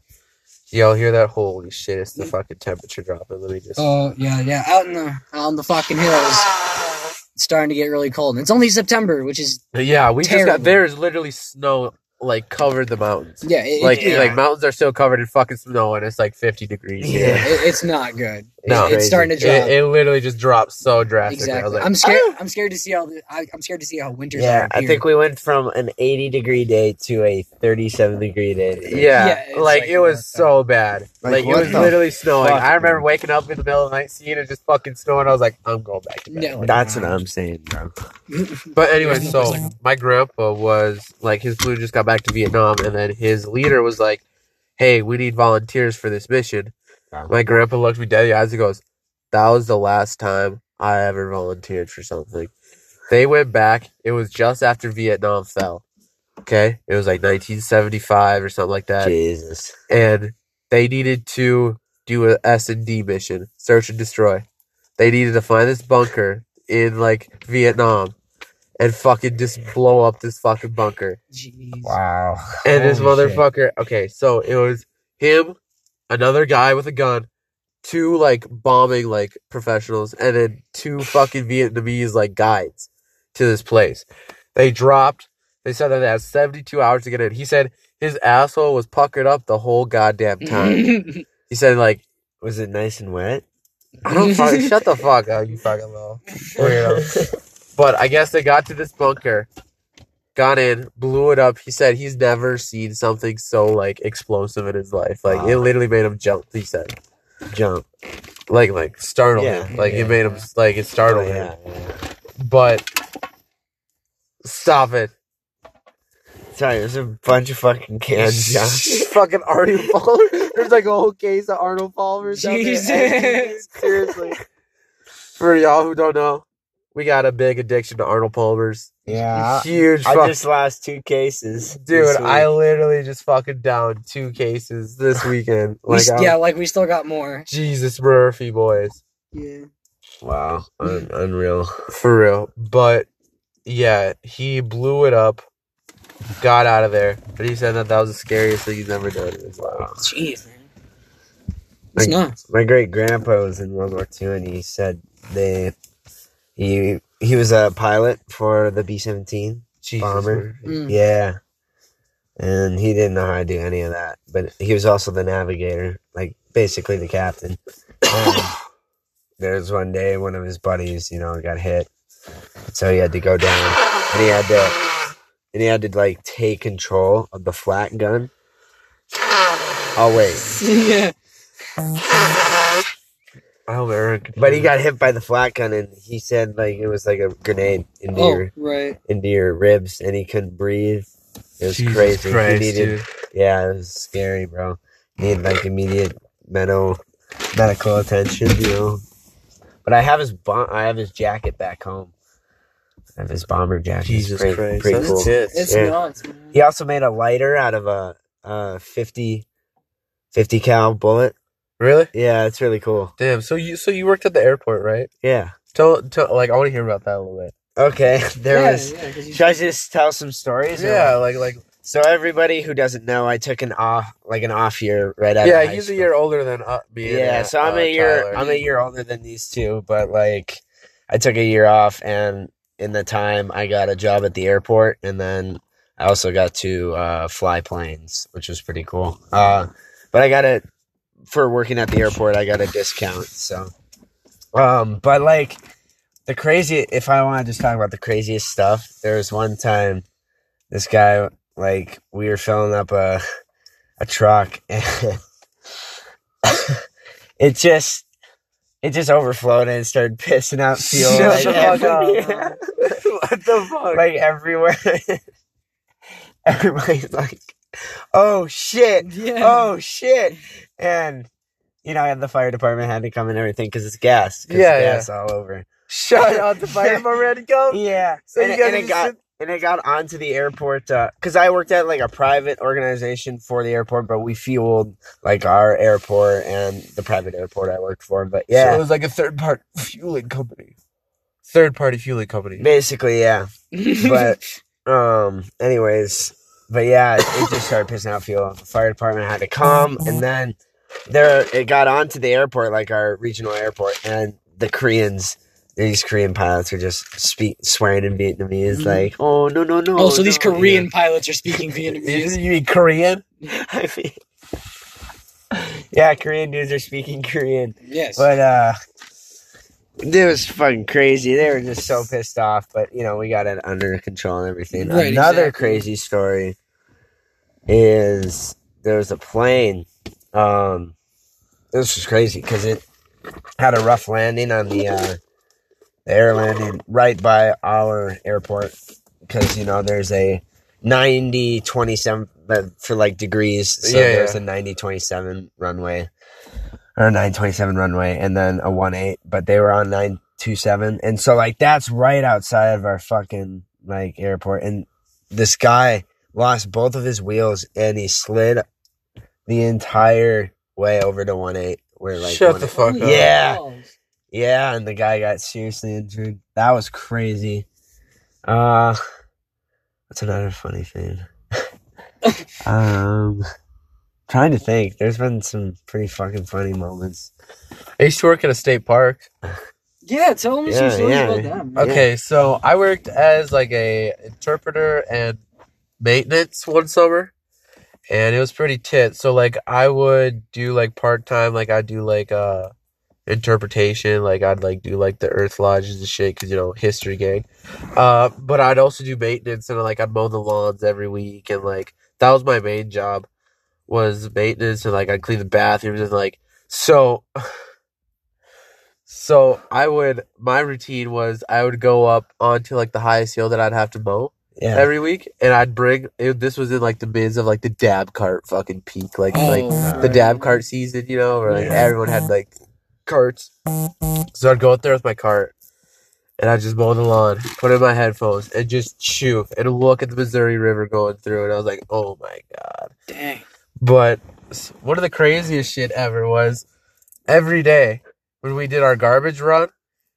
[SPEAKER 2] Y'all hear that? Holy shit! It's the fucking temperature dropping. Let me just.
[SPEAKER 1] Oh yeah, yeah. Out in the out in the fucking hills, it's starting to get really cold. And it's only September, which is
[SPEAKER 2] Yeah, we just
[SPEAKER 1] Terrible.
[SPEAKER 2] got there is literally snow like covered the mountains.
[SPEAKER 1] yeah, it,
[SPEAKER 2] Like
[SPEAKER 1] it,
[SPEAKER 2] like mountains are still covered in fucking snow and it's like fifty degrees.
[SPEAKER 3] Yeah.
[SPEAKER 2] here.
[SPEAKER 1] it- it's not good.
[SPEAKER 2] <laughs> No.
[SPEAKER 1] it's starting to drop.
[SPEAKER 2] It, it literally just dropped so drastically. I was
[SPEAKER 1] exactly.
[SPEAKER 2] like,
[SPEAKER 1] I'm scared. I'm scared to see how the, I, I'm scared to see how winters
[SPEAKER 3] Yeah,
[SPEAKER 1] are.
[SPEAKER 3] I
[SPEAKER 1] here.
[SPEAKER 3] think we went from an 80 degree day to a 37 degree day. today.
[SPEAKER 2] <laughs> yeah,
[SPEAKER 1] it's
[SPEAKER 2] like,
[SPEAKER 1] like
[SPEAKER 2] it was so bad.
[SPEAKER 3] Like,
[SPEAKER 2] Like, it
[SPEAKER 3] what
[SPEAKER 2] was
[SPEAKER 3] the
[SPEAKER 2] literally snowing.
[SPEAKER 3] fuck,
[SPEAKER 2] I remember
[SPEAKER 3] man?
[SPEAKER 2] waking up in the middle of the night, seeing it just fucking snowing. I was like, I'm going back to bed.
[SPEAKER 1] No.
[SPEAKER 3] That's what I'm saying, bro.
[SPEAKER 2] But anyway,
[SPEAKER 1] Yeah.
[SPEAKER 2] so my grandpa was like his blue just got back to Vietnam, and then his leader was like, "Hey, we need volunteers for this mission."
[SPEAKER 3] Wow.
[SPEAKER 2] My grandpa looked me dead in the eyes and goes, "That was the last time I ever volunteered for something." They went back. It was just after Vietnam fell. Okay, it was like 1975 or something like that,
[SPEAKER 3] Jesus.
[SPEAKER 2] and they needed to do a S and D mission, search and destroy. They needed to find this bunker in like Vietnam and fucking just blow up this fucking bunker.
[SPEAKER 1] Jeez. <laughs>
[SPEAKER 3] Wow.
[SPEAKER 2] And this
[SPEAKER 3] Holy shit.
[SPEAKER 2] motherfucker. Okay, so it was him, another guy with a gun, two like bombing like professionals, and then two fucking Vietnamese like guides to this place. They dropped. They said that they had seventy two hours to get in. He said his asshole was puckered up the whole
[SPEAKER 1] <laughs>
[SPEAKER 2] goddamn time. he said
[SPEAKER 3] <laughs>
[SPEAKER 2] like.
[SPEAKER 3] Was it nice and wet?
[SPEAKER 2] I don't fucking shut the fuck up, you fucking little weirdo. But I guess they got to this bunker, got in, blew it up. He said he's never seen something so like explosive in his life. Like it
[SPEAKER 3] Wow.
[SPEAKER 2] literally made him jump. He said,
[SPEAKER 3] <laughs> Jump.
[SPEAKER 2] like like startled
[SPEAKER 3] Yeah,
[SPEAKER 2] him. Like
[SPEAKER 3] yeah,
[SPEAKER 2] it made him like it startled him.
[SPEAKER 3] Oh, yeah, yeah.
[SPEAKER 2] But stop it.
[SPEAKER 3] Sorry, there's a bunch of fucking cans, John.
[SPEAKER 2] <laughs> fucking Arnold Palmer. There's like a whole case of Arnold Palmer. down there.
[SPEAKER 1] Jesus.
[SPEAKER 2] seriously. For y'all who don't know, we got a big addiction to Arnold Palmer's.
[SPEAKER 3] <laughs> Yeah.
[SPEAKER 2] huge
[SPEAKER 3] Uh, I
[SPEAKER 2] fuck-
[SPEAKER 3] just lost two cases.
[SPEAKER 2] dude
[SPEAKER 3] this
[SPEAKER 2] i
[SPEAKER 3] week.
[SPEAKER 2] literally just fucking down two cases this weekend
[SPEAKER 1] We
[SPEAKER 2] like uh,
[SPEAKER 1] s-
[SPEAKER 2] I'm-
[SPEAKER 1] yeah, like we still got more.
[SPEAKER 2] jesus murphy boys
[SPEAKER 1] Yeah.
[SPEAKER 3] Wow. Un- unreal.
[SPEAKER 2] for real but yeah he blew it up got out of there but he said that that was the scariest thing he's ever done in his life
[SPEAKER 1] Jeez, man. It's
[SPEAKER 3] Like-
[SPEAKER 1] nuts.
[SPEAKER 3] My great grandpa was in World War II, and he said they he he was a pilot for the B seventeen.
[SPEAKER 2] jesus
[SPEAKER 3] Bomber.
[SPEAKER 2] Murphy.
[SPEAKER 1] Mm.
[SPEAKER 3] Yeah, and he didn't know how to do any of that, but he was also the navigator, like basically the captain. And there was one day one of his buddies, you know, got hit, so he had to go down, and he had to and he had to like take control of the flat gun. Oh wait.
[SPEAKER 1] <laughs> yeah.
[SPEAKER 2] i hope Aaron can
[SPEAKER 3] But he
[SPEAKER 2] hear
[SPEAKER 3] got hit by the flat gun, and he said like it was like a grenade into
[SPEAKER 1] Oh,
[SPEAKER 3] your
[SPEAKER 1] right.
[SPEAKER 3] into your ribs, and he couldn't breathe. It
[SPEAKER 2] it.
[SPEAKER 3] was
[SPEAKER 2] Jesus
[SPEAKER 3] crazy. He
[SPEAKER 2] Christ,
[SPEAKER 3] needed-
[SPEAKER 2] dude.
[SPEAKER 3] yeah, it was scary, bro. Needed like immediate mental medical attention, you know. But I have his bom- I have his jacket back home. I have his bomber jacket. It's
[SPEAKER 2] jesus
[SPEAKER 3] pretty,
[SPEAKER 2] christ
[SPEAKER 3] pretty
[SPEAKER 2] that's
[SPEAKER 3] cool.
[SPEAKER 2] tits.
[SPEAKER 1] It's
[SPEAKER 3] Yeah.
[SPEAKER 1] nuts, man.
[SPEAKER 3] He also made a lighter out of a, a 50, 50 cal bullet.
[SPEAKER 2] really
[SPEAKER 3] Yeah, it's really cool.
[SPEAKER 2] damn so you so you worked at the airport right
[SPEAKER 3] Yeah.
[SPEAKER 2] tell, tell like i want to hear about that a little bit
[SPEAKER 3] Okay. <laughs> There
[SPEAKER 1] yeah,
[SPEAKER 3] was.
[SPEAKER 1] yeah, 'cause you- <laughs>
[SPEAKER 3] Should I just tell some stories? or
[SPEAKER 2] yeah like like
[SPEAKER 3] So everybody who doesn't know, I took an off like an off year right out. of
[SPEAKER 2] yeah
[SPEAKER 3] high
[SPEAKER 2] he's a
[SPEAKER 3] school.
[SPEAKER 2] year older than uh, me and,
[SPEAKER 3] Yeah,
[SPEAKER 2] uh,
[SPEAKER 3] so I'm
[SPEAKER 2] uh,
[SPEAKER 3] a year
[SPEAKER 2] Tyler.
[SPEAKER 3] I'm a year older than these two, but like I took a year off, and in the time I got a job at the airport, and then I also got to uh, fly planes, which was pretty cool. Uh, but I got it for working at the airport. I got a discount, so. Um, but like the crazy, if I want to just talk about the craziest stuff, there was one time this guy like we were filling up a a truck <laughs> and it just it just overflowed and it started pissing out fuel
[SPEAKER 2] Shut
[SPEAKER 3] like,
[SPEAKER 2] the fuck
[SPEAKER 3] every-
[SPEAKER 1] up. <laughs>
[SPEAKER 2] <laughs> what the fuck?
[SPEAKER 3] like everywhere <laughs> everybody's like oh shit
[SPEAKER 1] Yeah. <laughs>
[SPEAKER 3] oh shit and you know the fire department had to come and everything because it's gas 'cause
[SPEAKER 2] Yeah,
[SPEAKER 3] gas all over
[SPEAKER 2] Shut up! The
[SPEAKER 3] <laughs>
[SPEAKER 2] fire already go.
[SPEAKER 3] yeah
[SPEAKER 2] <laughs> So
[SPEAKER 3] and,
[SPEAKER 2] you
[SPEAKER 3] it-
[SPEAKER 2] guys
[SPEAKER 3] and
[SPEAKER 2] are
[SPEAKER 3] it
[SPEAKER 2] just
[SPEAKER 3] got
[SPEAKER 2] sit-
[SPEAKER 3] and it got onto the airport because I worked at like a private organization for the airport, but we fueled like our airport and the private airport I worked for. But
[SPEAKER 2] So it
[SPEAKER 3] yeah,
[SPEAKER 2] was like a third part <laughs> fueling company. Third party fueling company.
[SPEAKER 3] basically, yeah. But
[SPEAKER 2] <laughs>
[SPEAKER 3] um, anyways, but yeah, it, it just started pissing out fuel. The fire department had to come,
[SPEAKER 2] Mm-hmm.
[SPEAKER 3] and then there it got onto the airport, like our regional airport, and the Koreans. These Korean pilots were just speak, swearing in Vietnamese,
[SPEAKER 2] Mm-hmm.
[SPEAKER 1] Mhm.
[SPEAKER 3] like, "Oh no, no, no!"
[SPEAKER 1] oh, so these
[SPEAKER 3] no," <laughs> yeah.
[SPEAKER 1] Korean pilots are speaking
[SPEAKER 2] <laughs>
[SPEAKER 1] Vietnamese.
[SPEAKER 2] you
[SPEAKER 1] <laughs>
[SPEAKER 2] mean Korean?
[SPEAKER 3] I mean, yeah, Korean dudes are speaking Korean,
[SPEAKER 1] yes.
[SPEAKER 3] but uh, it was fucking crazy. They were just so pissed off, but you know we got it under control and everything.
[SPEAKER 1] Right,
[SPEAKER 3] Another
[SPEAKER 1] exactly.
[SPEAKER 3] crazy story is there was a plane. Um, this was crazy because it had a rough landing on the uh, the air landing right by our airport because you know there's a 90 27 but for like degrees so
[SPEAKER 2] Yeah,
[SPEAKER 3] there's
[SPEAKER 2] yeah.
[SPEAKER 3] a 90 27 runway or 927 runway and then a 18 but they were on 927 and so like that's right outside of our fucking like airport and this guy lost both of his wheels and he slid the entire way over to 18 where like
[SPEAKER 2] Shut the
[SPEAKER 3] 18
[SPEAKER 2] fuck
[SPEAKER 1] Oh,
[SPEAKER 2] up.
[SPEAKER 3] Yeah. yeah and the guy got seriously injured that was crazy Uh, what's another funny <laughs> thing? um, trying to think. There's been some pretty fucking funny moments.
[SPEAKER 2] I used to work at a state park.
[SPEAKER 1] Yeah, tell me
[SPEAKER 3] Yeah,
[SPEAKER 1] some stories
[SPEAKER 3] yeah.
[SPEAKER 1] about that. Man.
[SPEAKER 2] Okay, so I worked as like a interpreter and maintenance one summer, and it was pretty tit. So like I would do like part time, like I'd do like uh interpretation, like I'd like do like the Earth lodges and shit, cause you know history gang. Uh, but I'd also do maintenance and like I'd mow the lawns every week, and like that was my main job was maintenance, and like I'd clean the bathrooms and like so. So I would my routine was I would go up onto like the highest hill that I'd have to mow
[SPEAKER 3] Yeah.
[SPEAKER 2] every week, and I'd bring it, this was in like the bids of like the dab cart fucking peak, like
[SPEAKER 1] Oh,
[SPEAKER 2] like the dab cart season, you know, where like
[SPEAKER 3] Oh, Yeah.
[SPEAKER 2] everyone had like carts. So I'd go out there with my cart, and I'd just mow the lawn, put in my headphones, and just chew and look at the Missouri River going through, and I was like, oh my god.
[SPEAKER 1] Dang.
[SPEAKER 2] But s- one of the craziest shit ever was every day when we did our garbage run,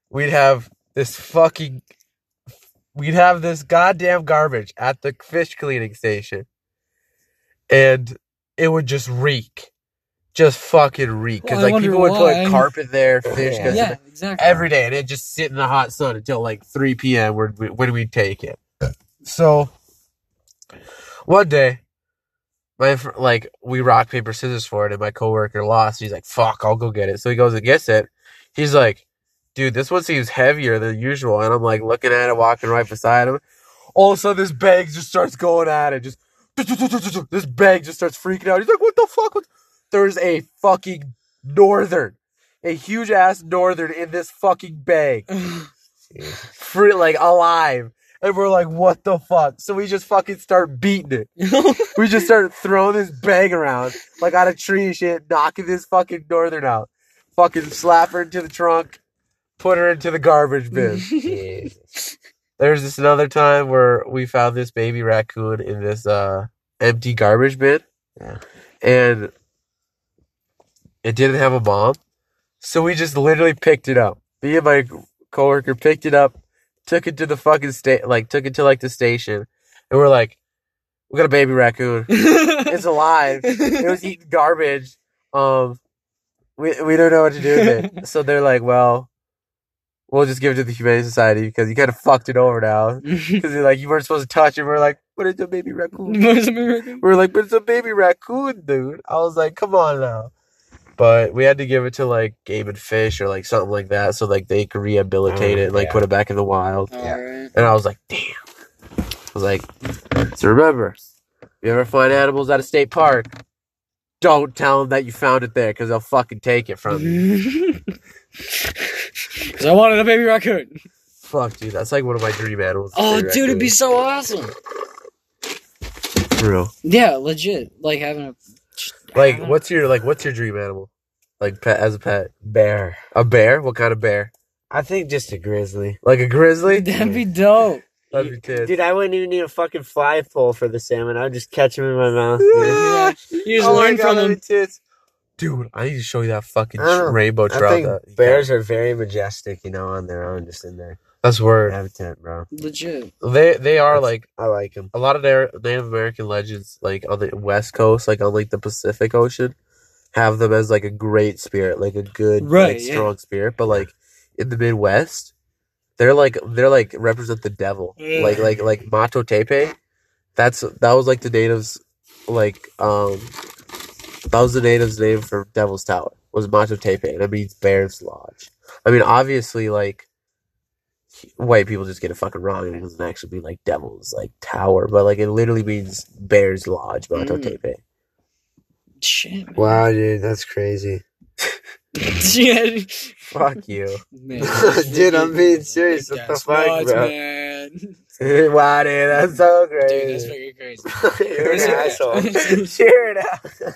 [SPEAKER 2] we'd have this fucking we'd have this goddamn garbage at the fish cleaning station. And it would just reek. Just fucking reek. Because
[SPEAKER 1] Well, I
[SPEAKER 2] like
[SPEAKER 1] wonder
[SPEAKER 2] people would
[SPEAKER 1] why.
[SPEAKER 2] put carpet there, fish
[SPEAKER 3] Yeah.
[SPEAKER 2] guts
[SPEAKER 1] Yeah,
[SPEAKER 2] <laughs>
[SPEAKER 1] exactly. <laughs>
[SPEAKER 2] every day, and it just sit in the hot sun until like 3 p.m. When we, when we take it. So one day, my fr- like we rock paper scissors for it, and my coworker lost. He's like, "Fuck, I'll go get it." So he goes and gets it. He's like, "Dude, this one seems heavier than usual," and I'm like looking at it, walking right beside him. All of a sudden, this bag just starts going at it. Just this bag just starts freaking out. He's like, "What the fuck?" What- There's a fucking northern, a huge ass northern in this fucking bag free like alive. And we're like, what the fuck? So we just fucking start beating it. We just start throwing this bag around, like on a tree and shit, knocking this fucking northern out. Fucking slap her into the trunk, put her into the garbage bin. There's this another time where we found this baby raccoon in this uh empty garbage bin.
[SPEAKER 3] Yeah.
[SPEAKER 2] And it didn't have a mom. So we just literally picked it up. Me and my coworker picked it up, took it to the fucking state like took it to like the station, and we're like, We got a baby raccoon. It's alive. it was eating garbage. Um we we don't know what to do with it. So they're like, Well, we'll just give it to the Humane Society because you kinda fucked it over now. Because like you weren't supposed to touch it. We're like, but it's a baby raccoon. We were like, but it's a baby raccoon, dude. I was like, come on now. But we had to give it to like Game and Fish or like something like that, so like they could rehabilitate
[SPEAKER 3] Oh,
[SPEAKER 2] it and like
[SPEAKER 3] yeah.
[SPEAKER 2] put it back in the wild.
[SPEAKER 1] Alright.
[SPEAKER 2] And I was like, damn. I was like, so remember, if you ever find animals at a state park, don't tell them that you found it there because they'll fucking take
[SPEAKER 1] <laughs>
[SPEAKER 2] it from <laughs>
[SPEAKER 1] Mm-hmm.
[SPEAKER 2] you.
[SPEAKER 1] Cause I wanted a baby raccoon.
[SPEAKER 2] Fuck, dude, that's like one of my dream animals. is a
[SPEAKER 1] Oh,
[SPEAKER 2] baby
[SPEAKER 1] dude, it'd be
[SPEAKER 2] raccoon.
[SPEAKER 1] so awesome.
[SPEAKER 2] For real.
[SPEAKER 1] Yeah, legit. Like having a
[SPEAKER 2] Like, what's your like, what's your dream animal? Like, pet as a pet,
[SPEAKER 3] Bear.
[SPEAKER 2] a bear? What kind of bear?
[SPEAKER 3] <laughs> I think just a grizzly.
[SPEAKER 2] Like a
[SPEAKER 1] <laughs>
[SPEAKER 2] grizzly?
[SPEAKER 1] that'd be dope.
[SPEAKER 3] <laughs>
[SPEAKER 2] That'd be tits.
[SPEAKER 3] Dude, I wouldn't even need a fucking fly pole for the salmon. I would just catch him in my <laughs> mouth. dude.
[SPEAKER 1] Yeah. You just
[SPEAKER 2] Oh my
[SPEAKER 1] learn
[SPEAKER 2] God,
[SPEAKER 1] from
[SPEAKER 2] that'd
[SPEAKER 1] them.
[SPEAKER 2] be tits. Dude, I need to show you that fucking
[SPEAKER 3] I don't know.
[SPEAKER 2] rainbow
[SPEAKER 3] I
[SPEAKER 2] trout.
[SPEAKER 3] think
[SPEAKER 2] that-
[SPEAKER 3] bears are very majestic, you know, on their own, just in their
[SPEAKER 2] That's word.
[SPEAKER 3] habitat, bro.
[SPEAKER 1] Legit.
[SPEAKER 2] They they are
[SPEAKER 3] That's-
[SPEAKER 2] like
[SPEAKER 3] I like them.
[SPEAKER 2] a lot of their Native American legends, like on the West Coast, like on like the Pacific Ocean, have them as like a great spirit, like a good,
[SPEAKER 1] Right,
[SPEAKER 2] like,
[SPEAKER 1] yeah.
[SPEAKER 2] strong spirit. But like in the Midwest, they're like they're like represent the devil,
[SPEAKER 1] Yeah.
[SPEAKER 2] like like like Mato Tepe. That's that was like the natives, like um, that was the natives' name for Devil's Tower was Mato Tepe, and it means Bear's Lodge. I mean, obviously, like white people just get it fucking wrong. and It doesn't actually mean like devil's like tower, but like it literally means bear's lodge, Mato
[SPEAKER 1] Mm.
[SPEAKER 2] Tepe.
[SPEAKER 1] Shit. man.
[SPEAKER 3] Wow, dude, that's crazy.
[SPEAKER 1] <laughs> Yeah.
[SPEAKER 2] Fuck you.
[SPEAKER 1] <laughs>
[SPEAKER 2] <laughs>
[SPEAKER 1] Man,
[SPEAKER 3] <laughs> Dude, I'm being serious. What the
[SPEAKER 1] That's
[SPEAKER 3] fuck,
[SPEAKER 1] nuts,
[SPEAKER 3] bro?
[SPEAKER 1] man? <laughs> Dude,
[SPEAKER 2] wow, dude, that's so
[SPEAKER 1] that's
[SPEAKER 2] crazy.
[SPEAKER 1] fucking crazy.
[SPEAKER 3] <laughs> You're an asshole.
[SPEAKER 2] <laughs> Share it out.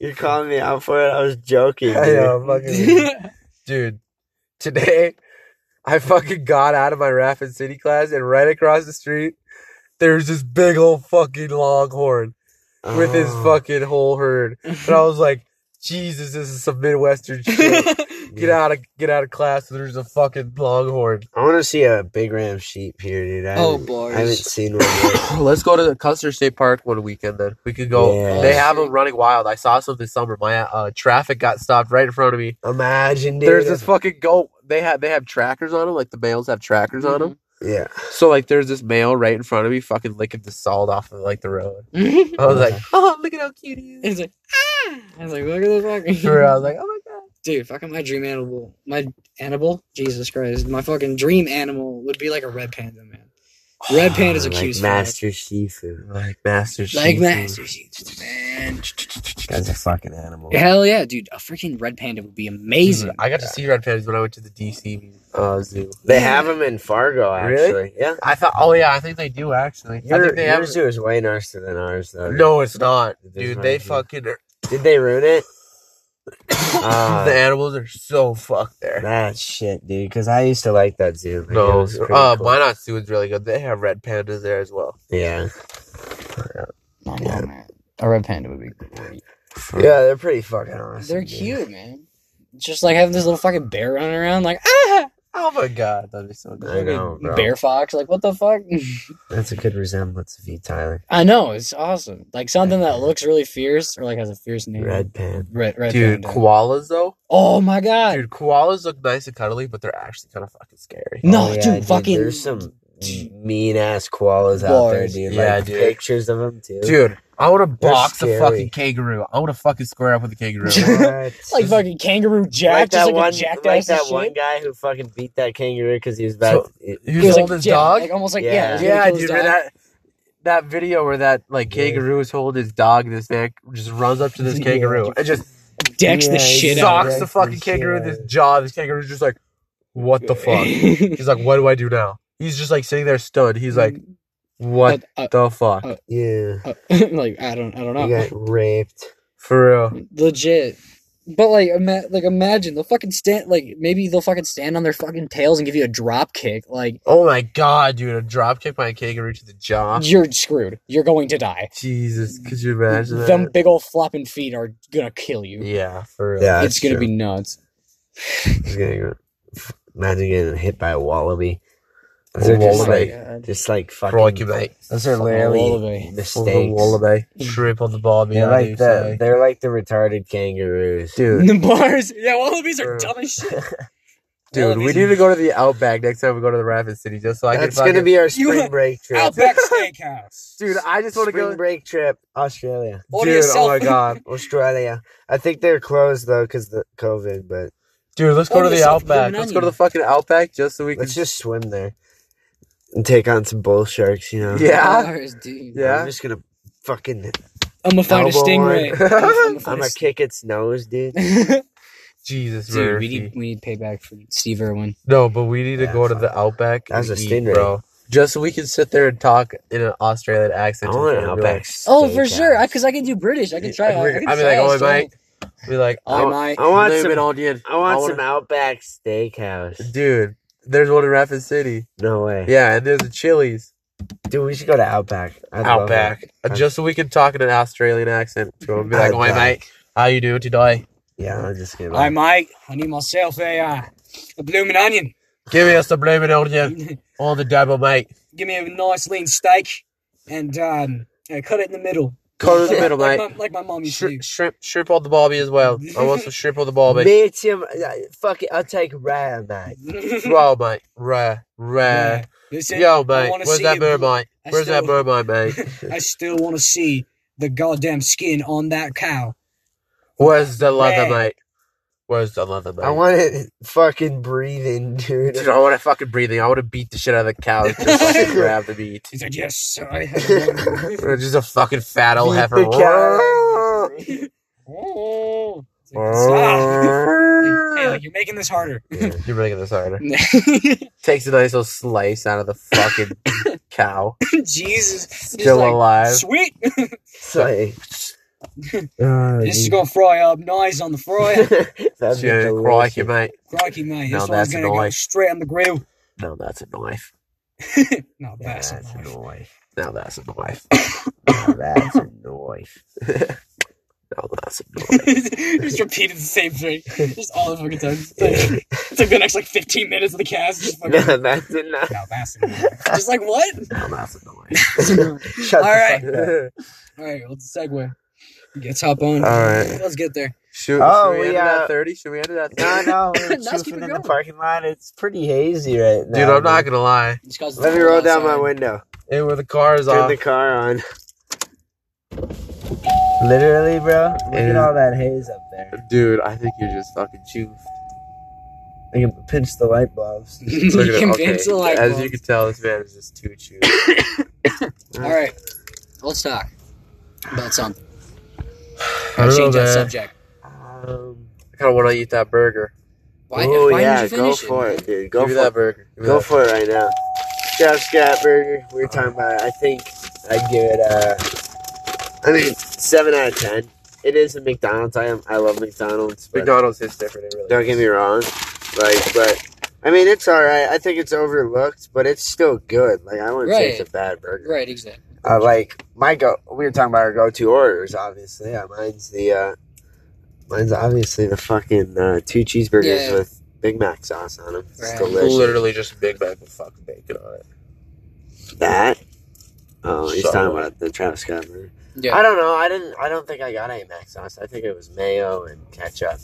[SPEAKER 3] You're calling me out for it. I was joking,
[SPEAKER 2] I
[SPEAKER 3] dude.
[SPEAKER 2] know, fucking
[SPEAKER 1] <laughs>
[SPEAKER 2] dude. Today, I fucking got out of my Rapid City class, and right across the street, there's this big old fucking longhorn with his
[SPEAKER 1] <laughs>
[SPEAKER 2] <laughs>
[SPEAKER 3] Oh.
[SPEAKER 2] fucking whole herd, and I was like, Jesus, this is some Midwestern shit. Get out of get out of class. There's a fucking longhorn.
[SPEAKER 3] I want to see a big ram sheep here, dude. I
[SPEAKER 1] Oh,
[SPEAKER 3] haven't-
[SPEAKER 1] bars.
[SPEAKER 3] I haven't
[SPEAKER 1] <laughs>
[SPEAKER 3] seen
[SPEAKER 2] <laughs>
[SPEAKER 3] one.
[SPEAKER 2] <coughs>
[SPEAKER 3] Yet.
[SPEAKER 2] Let's go to the Custer State Park one weekend. Then we could go.
[SPEAKER 3] Yeah.
[SPEAKER 2] They have them running wild. I saw some this summer. My uh, traffic got stopped right in front of me.
[SPEAKER 3] Imagine, dude.
[SPEAKER 2] There's this fucking goat. They have they have trackers on them. Like the males have trackers on 'em. on them.
[SPEAKER 3] yeah.
[SPEAKER 2] So like there's this male right in front of me, fucking licking the salt off of like the road.
[SPEAKER 1] it's
[SPEAKER 2] I was like, <laughs> oh look at how cute he is.
[SPEAKER 1] like ah. I was like, look at this
[SPEAKER 2] For real, I
[SPEAKER 1] fucking
[SPEAKER 2] was like, oh my god.
[SPEAKER 1] <laughs> dude. Fucking my dream animal, my animal. Jesus Christ, my fucking dream animal would be like a red panda, man.
[SPEAKER 3] <sighs>
[SPEAKER 1] Red pandas are
[SPEAKER 3] like
[SPEAKER 1] cute.
[SPEAKER 3] Master Shifu.
[SPEAKER 2] Like Master Chief.
[SPEAKER 1] Like Master Chief, man.
[SPEAKER 3] That's a fucking animal.
[SPEAKER 1] Hell yeah, dude. A freaking red panda would be amazing.
[SPEAKER 2] Dude, I got to see red pandas when I went to the DC uh, zoo.
[SPEAKER 3] They have them in Fargo,
[SPEAKER 2] Really?
[SPEAKER 3] actually. Yeah.
[SPEAKER 2] I thought, oh yeah, I think they do actually. I
[SPEAKER 3] Your,
[SPEAKER 2] think they
[SPEAKER 3] your
[SPEAKER 2] have.
[SPEAKER 3] zoo is way nicer than ours, though.
[SPEAKER 2] No, it's not,
[SPEAKER 3] It is
[SPEAKER 2] dude.
[SPEAKER 3] not,
[SPEAKER 2] They
[SPEAKER 3] dude.
[SPEAKER 2] fucking are,
[SPEAKER 3] Did they ruin
[SPEAKER 2] <coughs>
[SPEAKER 3] it? Ah,
[SPEAKER 2] the animals are so fucked there.
[SPEAKER 3] that shit, dude. Because I used to like that zoo. Like, it
[SPEAKER 2] No,
[SPEAKER 3] was pretty
[SPEAKER 2] uh,
[SPEAKER 3] cool.
[SPEAKER 2] Minot Zoo is really good. They have red pandas there as well.
[SPEAKER 3] Yeah.
[SPEAKER 1] yeah. A red panda would be great.
[SPEAKER 3] Yeah, they're pretty fucking awesome.
[SPEAKER 1] They're
[SPEAKER 3] dude.
[SPEAKER 1] cute, man. Just like having this little fucking bear running around, like ah,
[SPEAKER 2] Oh my god, that'd be so good.
[SPEAKER 3] I know, bro.
[SPEAKER 1] bear fox. Like what the fuck? <laughs>
[SPEAKER 3] That's a good resemblance of you, Tyler.
[SPEAKER 1] I know it's awesome. Like something that looks really fierce or like has a fierce name.
[SPEAKER 3] Red pan.
[SPEAKER 1] red, red
[SPEAKER 2] Dude,
[SPEAKER 1] panda.
[SPEAKER 2] koalas though.
[SPEAKER 1] oh my god.
[SPEAKER 2] Dude, koalas look nice and cuddly, but they're actually kind of fucking scary.
[SPEAKER 1] No, dude, fucking-
[SPEAKER 3] Oh, There's some mean ass koalas out there,
[SPEAKER 1] Bars.
[SPEAKER 3] dude.
[SPEAKER 2] Yeah,
[SPEAKER 3] like,
[SPEAKER 2] dude.
[SPEAKER 3] Pictures of them too.
[SPEAKER 2] Dude, I want to box a
[SPEAKER 3] scary.
[SPEAKER 2] fucking kangaroo. I want to fucking square up with a <laughs> kangaroo.
[SPEAKER 1] Dude,
[SPEAKER 3] What?
[SPEAKER 1] <laughs> like fucking kangaroo jack, just like a jackass.
[SPEAKER 3] like that
[SPEAKER 1] and
[SPEAKER 3] one
[SPEAKER 1] shit.
[SPEAKER 3] guy who fucking beat that kangaroo because he was about.
[SPEAKER 2] So-
[SPEAKER 3] it-
[SPEAKER 2] He was
[SPEAKER 1] He was,
[SPEAKER 2] holding
[SPEAKER 1] like,
[SPEAKER 2] his
[SPEAKER 1] yeah,
[SPEAKER 2] dog.
[SPEAKER 1] like, almost like yeah,
[SPEAKER 3] Yeah.
[SPEAKER 1] he was gonna
[SPEAKER 2] yeah,
[SPEAKER 1] kill his
[SPEAKER 2] dude, remember
[SPEAKER 1] dog.
[SPEAKER 2] that that video where that like
[SPEAKER 3] Yeah.
[SPEAKER 2] kangaroo is holding his dog, and this man just runs up to this
[SPEAKER 1] Yeah.
[SPEAKER 2] kangaroo and just
[SPEAKER 1] decks
[SPEAKER 3] Yeah,
[SPEAKER 1] the shit out.
[SPEAKER 2] socks
[SPEAKER 3] of
[SPEAKER 2] the
[SPEAKER 3] it.
[SPEAKER 2] fucking
[SPEAKER 3] Decks the
[SPEAKER 2] kangaroo in
[SPEAKER 3] shit
[SPEAKER 2] this
[SPEAKER 3] out of it.
[SPEAKER 2] jaw. This kangaroo's just like, what the
[SPEAKER 1] <laughs>
[SPEAKER 2] fuck? He's like, what do I do now? He's just like sitting there stunned. He's like, what
[SPEAKER 1] Uh,
[SPEAKER 2] the fuck?
[SPEAKER 1] uh,
[SPEAKER 3] yeah,
[SPEAKER 1] uh, <laughs> like I don't, I don't know.
[SPEAKER 3] he got raped.
[SPEAKER 2] For real.
[SPEAKER 1] legit. But like, ima- like imagine they'll fucking stand. Like maybe they'll fucking stand on their fucking tails and give you a drop kick. Like
[SPEAKER 2] Oh my god, dude! A drop kick by a kangaroo to the jaw.
[SPEAKER 1] you're screwed. You're going to die.
[SPEAKER 2] Jesus, could you imagine that?
[SPEAKER 1] Them big old flopping feet are gonna kill you.
[SPEAKER 2] yeah, for real.
[SPEAKER 3] Yeah,
[SPEAKER 1] it's gonna be nuts.
[SPEAKER 3] be. He's gonna go, imagine getting hit by a wallaby.
[SPEAKER 1] Oh
[SPEAKER 2] A
[SPEAKER 3] Those are just
[SPEAKER 2] wallaby.
[SPEAKER 3] like, just like fucking.
[SPEAKER 2] Crikey, mate.
[SPEAKER 3] Those are
[SPEAKER 1] Fucking wallaby.
[SPEAKER 3] literally
[SPEAKER 2] Over
[SPEAKER 3] mistakes.
[SPEAKER 2] wallaby. Shrimp on the ball, man.
[SPEAKER 3] They're like
[SPEAKER 2] dude,
[SPEAKER 3] the,
[SPEAKER 2] sorry.
[SPEAKER 3] they're like the retarded kangaroos.
[SPEAKER 2] dude.
[SPEAKER 1] The bars, yeah, wallabies are dumb as shit.
[SPEAKER 2] <laughs> Dude, we
[SPEAKER 1] Wallabies
[SPEAKER 2] need
[SPEAKER 1] are-
[SPEAKER 2] to go to the Outback next time we go to the Rapid City, just so I
[SPEAKER 3] That's
[SPEAKER 2] can.
[SPEAKER 3] gonna
[SPEAKER 2] fucking-
[SPEAKER 3] be our
[SPEAKER 1] You-
[SPEAKER 3] spring break
[SPEAKER 2] <laughs>
[SPEAKER 3] trip.
[SPEAKER 1] Outback Steakhouse.
[SPEAKER 2] dude. I just want to
[SPEAKER 3] spring
[SPEAKER 2] go.
[SPEAKER 3] break trip, Australia,
[SPEAKER 1] Order
[SPEAKER 2] dude,
[SPEAKER 1] yourself-
[SPEAKER 2] oh my god,
[SPEAKER 3] Australia. I think they're closed though because the COVID. But
[SPEAKER 2] dude, let's go
[SPEAKER 1] Order
[SPEAKER 2] to the
[SPEAKER 1] yourself
[SPEAKER 2] Outback.
[SPEAKER 1] Bloomin'
[SPEAKER 2] Let's go to
[SPEAKER 1] Onion.
[SPEAKER 2] the fucking Outback just so we can.
[SPEAKER 3] let's just swim there and take on some bull sharks. You know.
[SPEAKER 2] yeah,
[SPEAKER 1] Bars, dude. <laughs>
[SPEAKER 2] Yeah.
[SPEAKER 3] I'm just gonna fucking.
[SPEAKER 1] I'm gonna find a
[SPEAKER 3] Elbow
[SPEAKER 1] stingray. I'm
[SPEAKER 3] line.
[SPEAKER 2] <laughs>
[SPEAKER 3] I'm
[SPEAKER 1] gonna
[SPEAKER 3] gonna
[SPEAKER 1] find <laughs>
[SPEAKER 3] kick its nose, dude.
[SPEAKER 1] a stingray.
[SPEAKER 2] Jesus,
[SPEAKER 1] Dude, we
[SPEAKER 2] Murphy.
[SPEAKER 1] need we need payback for Steve Irwin.
[SPEAKER 2] No, but we need to
[SPEAKER 3] Yeah,
[SPEAKER 2] go to
[SPEAKER 3] fuck.
[SPEAKER 2] the Outback.
[SPEAKER 3] That was
[SPEAKER 2] and
[SPEAKER 3] a
[SPEAKER 2] eat,
[SPEAKER 3] stingray.
[SPEAKER 2] bro. Just so we can sit there and talk in an Australian accent.
[SPEAKER 3] I
[SPEAKER 2] to
[SPEAKER 3] want
[SPEAKER 2] the
[SPEAKER 3] an
[SPEAKER 2] camera.
[SPEAKER 3] Outback.
[SPEAKER 1] Oh, for sure. I
[SPEAKER 3] Steakhouse.
[SPEAKER 1] Because I can do British. I can try.
[SPEAKER 2] I
[SPEAKER 1] can
[SPEAKER 2] mean,
[SPEAKER 1] try
[SPEAKER 2] like, oh,
[SPEAKER 1] Australian.
[SPEAKER 2] mate. Be like,
[SPEAKER 1] I
[SPEAKER 2] oh,
[SPEAKER 1] might.
[SPEAKER 3] I want
[SPEAKER 2] lemon
[SPEAKER 3] some.
[SPEAKER 2] onion.
[SPEAKER 3] I want some
[SPEAKER 2] wanna-
[SPEAKER 3] Outback Steakhouse.
[SPEAKER 2] Dude, there's one in Rapid City.
[SPEAKER 3] No way.
[SPEAKER 2] Yeah, and there's a Chili's.
[SPEAKER 3] Dude, we should go to Outback. I'd love
[SPEAKER 2] Outback. Uh, Just so we can talk in an Australian accent. to him. Be
[SPEAKER 3] that.
[SPEAKER 2] like, oh, mate, how you doing today?
[SPEAKER 3] Yeah, I'm just gonna.
[SPEAKER 1] I might. I need myself a uh, a blooming
[SPEAKER 2] <laughs>
[SPEAKER 1] onion.
[SPEAKER 2] Give me us the blooming onion on the double, mate.
[SPEAKER 1] Give me a nice lean steak, and um, uh, cut it in the middle.
[SPEAKER 2] Cut it in the middle,
[SPEAKER 1] like
[SPEAKER 2] mate.
[SPEAKER 1] My, like my mom used to
[SPEAKER 2] Shri-
[SPEAKER 1] do.
[SPEAKER 2] shrimp, shrimp on the barbie as well. I want some shrimp on the barbie.
[SPEAKER 3] Medium, uh, fuck it, I'll take rare, mate.
[SPEAKER 1] <laughs>
[SPEAKER 2] Well, mate, rare, rare.
[SPEAKER 1] This is-
[SPEAKER 2] Yo,
[SPEAKER 1] I
[SPEAKER 2] mate,
[SPEAKER 1] wanna
[SPEAKER 2] where's
[SPEAKER 1] Mm. see
[SPEAKER 2] that
[SPEAKER 1] it.
[SPEAKER 2] mermaid?
[SPEAKER 1] I
[SPEAKER 2] Where's that
[SPEAKER 1] still-
[SPEAKER 2] mermaid,
[SPEAKER 1] <laughs>
[SPEAKER 2] mate?
[SPEAKER 1] I still want to see the goddamn skin on that cow.
[SPEAKER 2] Where's the leather,
[SPEAKER 1] Rare.
[SPEAKER 2] mate? Where's the leather, mate?
[SPEAKER 3] I want it fucking breathing, dude.
[SPEAKER 2] Dude, I want to fucking breathing. I want to beat the shit out of the cow. and
[SPEAKER 1] <laughs>
[SPEAKER 2] Just fucking grab the meat. <laughs>
[SPEAKER 1] He said, "Yes, sir, I have <laughs> one."
[SPEAKER 2] Or Just a fucking fat old <laughs>
[SPEAKER 3] Beat
[SPEAKER 2] heifer.
[SPEAKER 3] the
[SPEAKER 1] <laughs>
[SPEAKER 3] <laughs> cow.
[SPEAKER 1] Oh. It's like,
[SPEAKER 2] <laughs>
[SPEAKER 1] Stop. Hey,
[SPEAKER 2] You're
[SPEAKER 1] like, you're making this
[SPEAKER 2] <laughs>
[SPEAKER 1] harder. <laughs>
[SPEAKER 2] making this harder. Takes a nice little slice out of
[SPEAKER 1] <coughs>
[SPEAKER 2] the fucking cow.
[SPEAKER 1] Jesus. Just
[SPEAKER 2] Still
[SPEAKER 1] like,
[SPEAKER 2] alive.
[SPEAKER 1] Sweet.
[SPEAKER 3] It's like, Ah,
[SPEAKER 1] <laughs> This is
[SPEAKER 3] dude.
[SPEAKER 1] gonna fry up nice on the
[SPEAKER 2] <laughs>
[SPEAKER 1] fryer.
[SPEAKER 3] <laughs> That'd be
[SPEAKER 2] Shit, crikey,
[SPEAKER 3] delicious.
[SPEAKER 2] mate.
[SPEAKER 1] Crikey, mate.
[SPEAKER 2] No,
[SPEAKER 1] This
[SPEAKER 2] that's
[SPEAKER 1] one's gonna go
[SPEAKER 2] annoying.
[SPEAKER 1] straight on the grill.
[SPEAKER 2] No, that's a knife.
[SPEAKER 1] No,
[SPEAKER 3] Yeah,
[SPEAKER 1] that's
[SPEAKER 3] that's
[SPEAKER 1] <laughs>
[SPEAKER 3] a
[SPEAKER 1] annoying.
[SPEAKER 3] knife.
[SPEAKER 2] Now that's a knife.
[SPEAKER 3] Yeah, that's a knife.
[SPEAKER 2] No, that's
[SPEAKER 4] just repeated the same thing, just all the fucking
[SPEAKER 2] <laughs>
[SPEAKER 4] time. It's Like, it took the next like 15 minutes of the cast. Just fucking,
[SPEAKER 2] <laughs> no,
[SPEAKER 1] <laughs>
[SPEAKER 2] that's enough.
[SPEAKER 4] Valvassin. just like what?
[SPEAKER 2] No, that's annoying.
[SPEAKER 3] <laughs> Shut
[SPEAKER 4] All right.
[SPEAKER 3] the fuck
[SPEAKER 2] <laughs>
[SPEAKER 3] up.
[SPEAKER 4] All right, let's segue. Let's hop on.
[SPEAKER 2] All right.
[SPEAKER 4] Let's get there.
[SPEAKER 2] Should, should
[SPEAKER 3] Oh,
[SPEAKER 2] we,
[SPEAKER 3] we,
[SPEAKER 2] end it
[SPEAKER 3] uh,
[SPEAKER 2] at thirty? Should we end it
[SPEAKER 1] <coughs>
[SPEAKER 2] at
[SPEAKER 3] No,
[SPEAKER 2] 30?
[SPEAKER 3] no, we're
[SPEAKER 1] Let's keep it
[SPEAKER 3] choofing in the
[SPEAKER 1] going.
[SPEAKER 3] parking lot. It's pretty hazy right now.
[SPEAKER 2] Dude, I'm not gonna lie.
[SPEAKER 1] Just 'cause it's
[SPEAKER 3] Let me
[SPEAKER 1] cold
[SPEAKER 3] roll down my
[SPEAKER 1] outside.
[SPEAKER 3] window.
[SPEAKER 2] Hey, where the car is
[SPEAKER 3] Turn
[SPEAKER 2] off.
[SPEAKER 3] the car on. Literally, bro. Look at
[SPEAKER 2] Dude.
[SPEAKER 3] all that haze up there.
[SPEAKER 2] Dude, I think you're just fucking choofed.
[SPEAKER 3] I can pinch the light bulbs.
[SPEAKER 2] Look
[SPEAKER 1] <laughs> <laughs> you
[SPEAKER 2] at
[SPEAKER 1] can
[SPEAKER 2] it. Okay.
[SPEAKER 1] convince the light
[SPEAKER 2] As
[SPEAKER 1] bulb.
[SPEAKER 2] you can tell, this man is just
[SPEAKER 1] <coughs>
[SPEAKER 2] too chewed.
[SPEAKER 1] All right, let's talk about something.
[SPEAKER 2] I
[SPEAKER 1] I
[SPEAKER 2] don't know,
[SPEAKER 1] change that
[SPEAKER 2] man.
[SPEAKER 1] subject.
[SPEAKER 3] Um,
[SPEAKER 2] I kind of want to eat that burger.
[SPEAKER 1] Why?
[SPEAKER 3] oh,
[SPEAKER 1] why
[SPEAKER 3] yeah,
[SPEAKER 1] didn't you
[SPEAKER 3] go
[SPEAKER 1] finish
[SPEAKER 3] for it, dude. Go
[SPEAKER 2] Give me
[SPEAKER 3] for
[SPEAKER 2] that
[SPEAKER 3] it.
[SPEAKER 2] burger. Give me
[SPEAKER 3] Go
[SPEAKER 2] that.
[SPEAKER 3] for it right now. Chef Scatburger. We were talking about. I think I'd give it a. I mean, seven out of ten. It is a McDonald's item. I love McDonald's. But
[SPEAKER 2] McDonald's is different. It really
[SPEAKER 3] Don't
[SPEAKER 2] is.
[SPEAKER 3] get me wrong, like, but I mean, it's all right. I think it's overlooked, but it's still good. Like, I wouldn't say it's a bad burger.
[SPEAKER 1] Right, exactly.
[SPEAKER 3] Uh, like my go, we were talking about our go-to orders. Obviously, yeah, mine's the, uh, mine's obviously the fucking uh, two cheeseburgers
[SPEAKER 1] Yeah.
[SPEAKER 3] with Big Mac sauce on them. It's
[SPEAKER 1] Right.
[SPEAKER 3] delicious.
[SPEAKER 2] Literally just Big Mac with fucking bacon on it.
[SPEAKER 3] That. Oh, he's
[SPEAKER 2] So-
[SPEAKER 3] talking about the Travis Scott burger. I
[SPEAKER 1] Yeah,
[SPEAKER 3] don't know. I didn't. I don't think I got any Mac sauce. I think it was mayo and ketchup.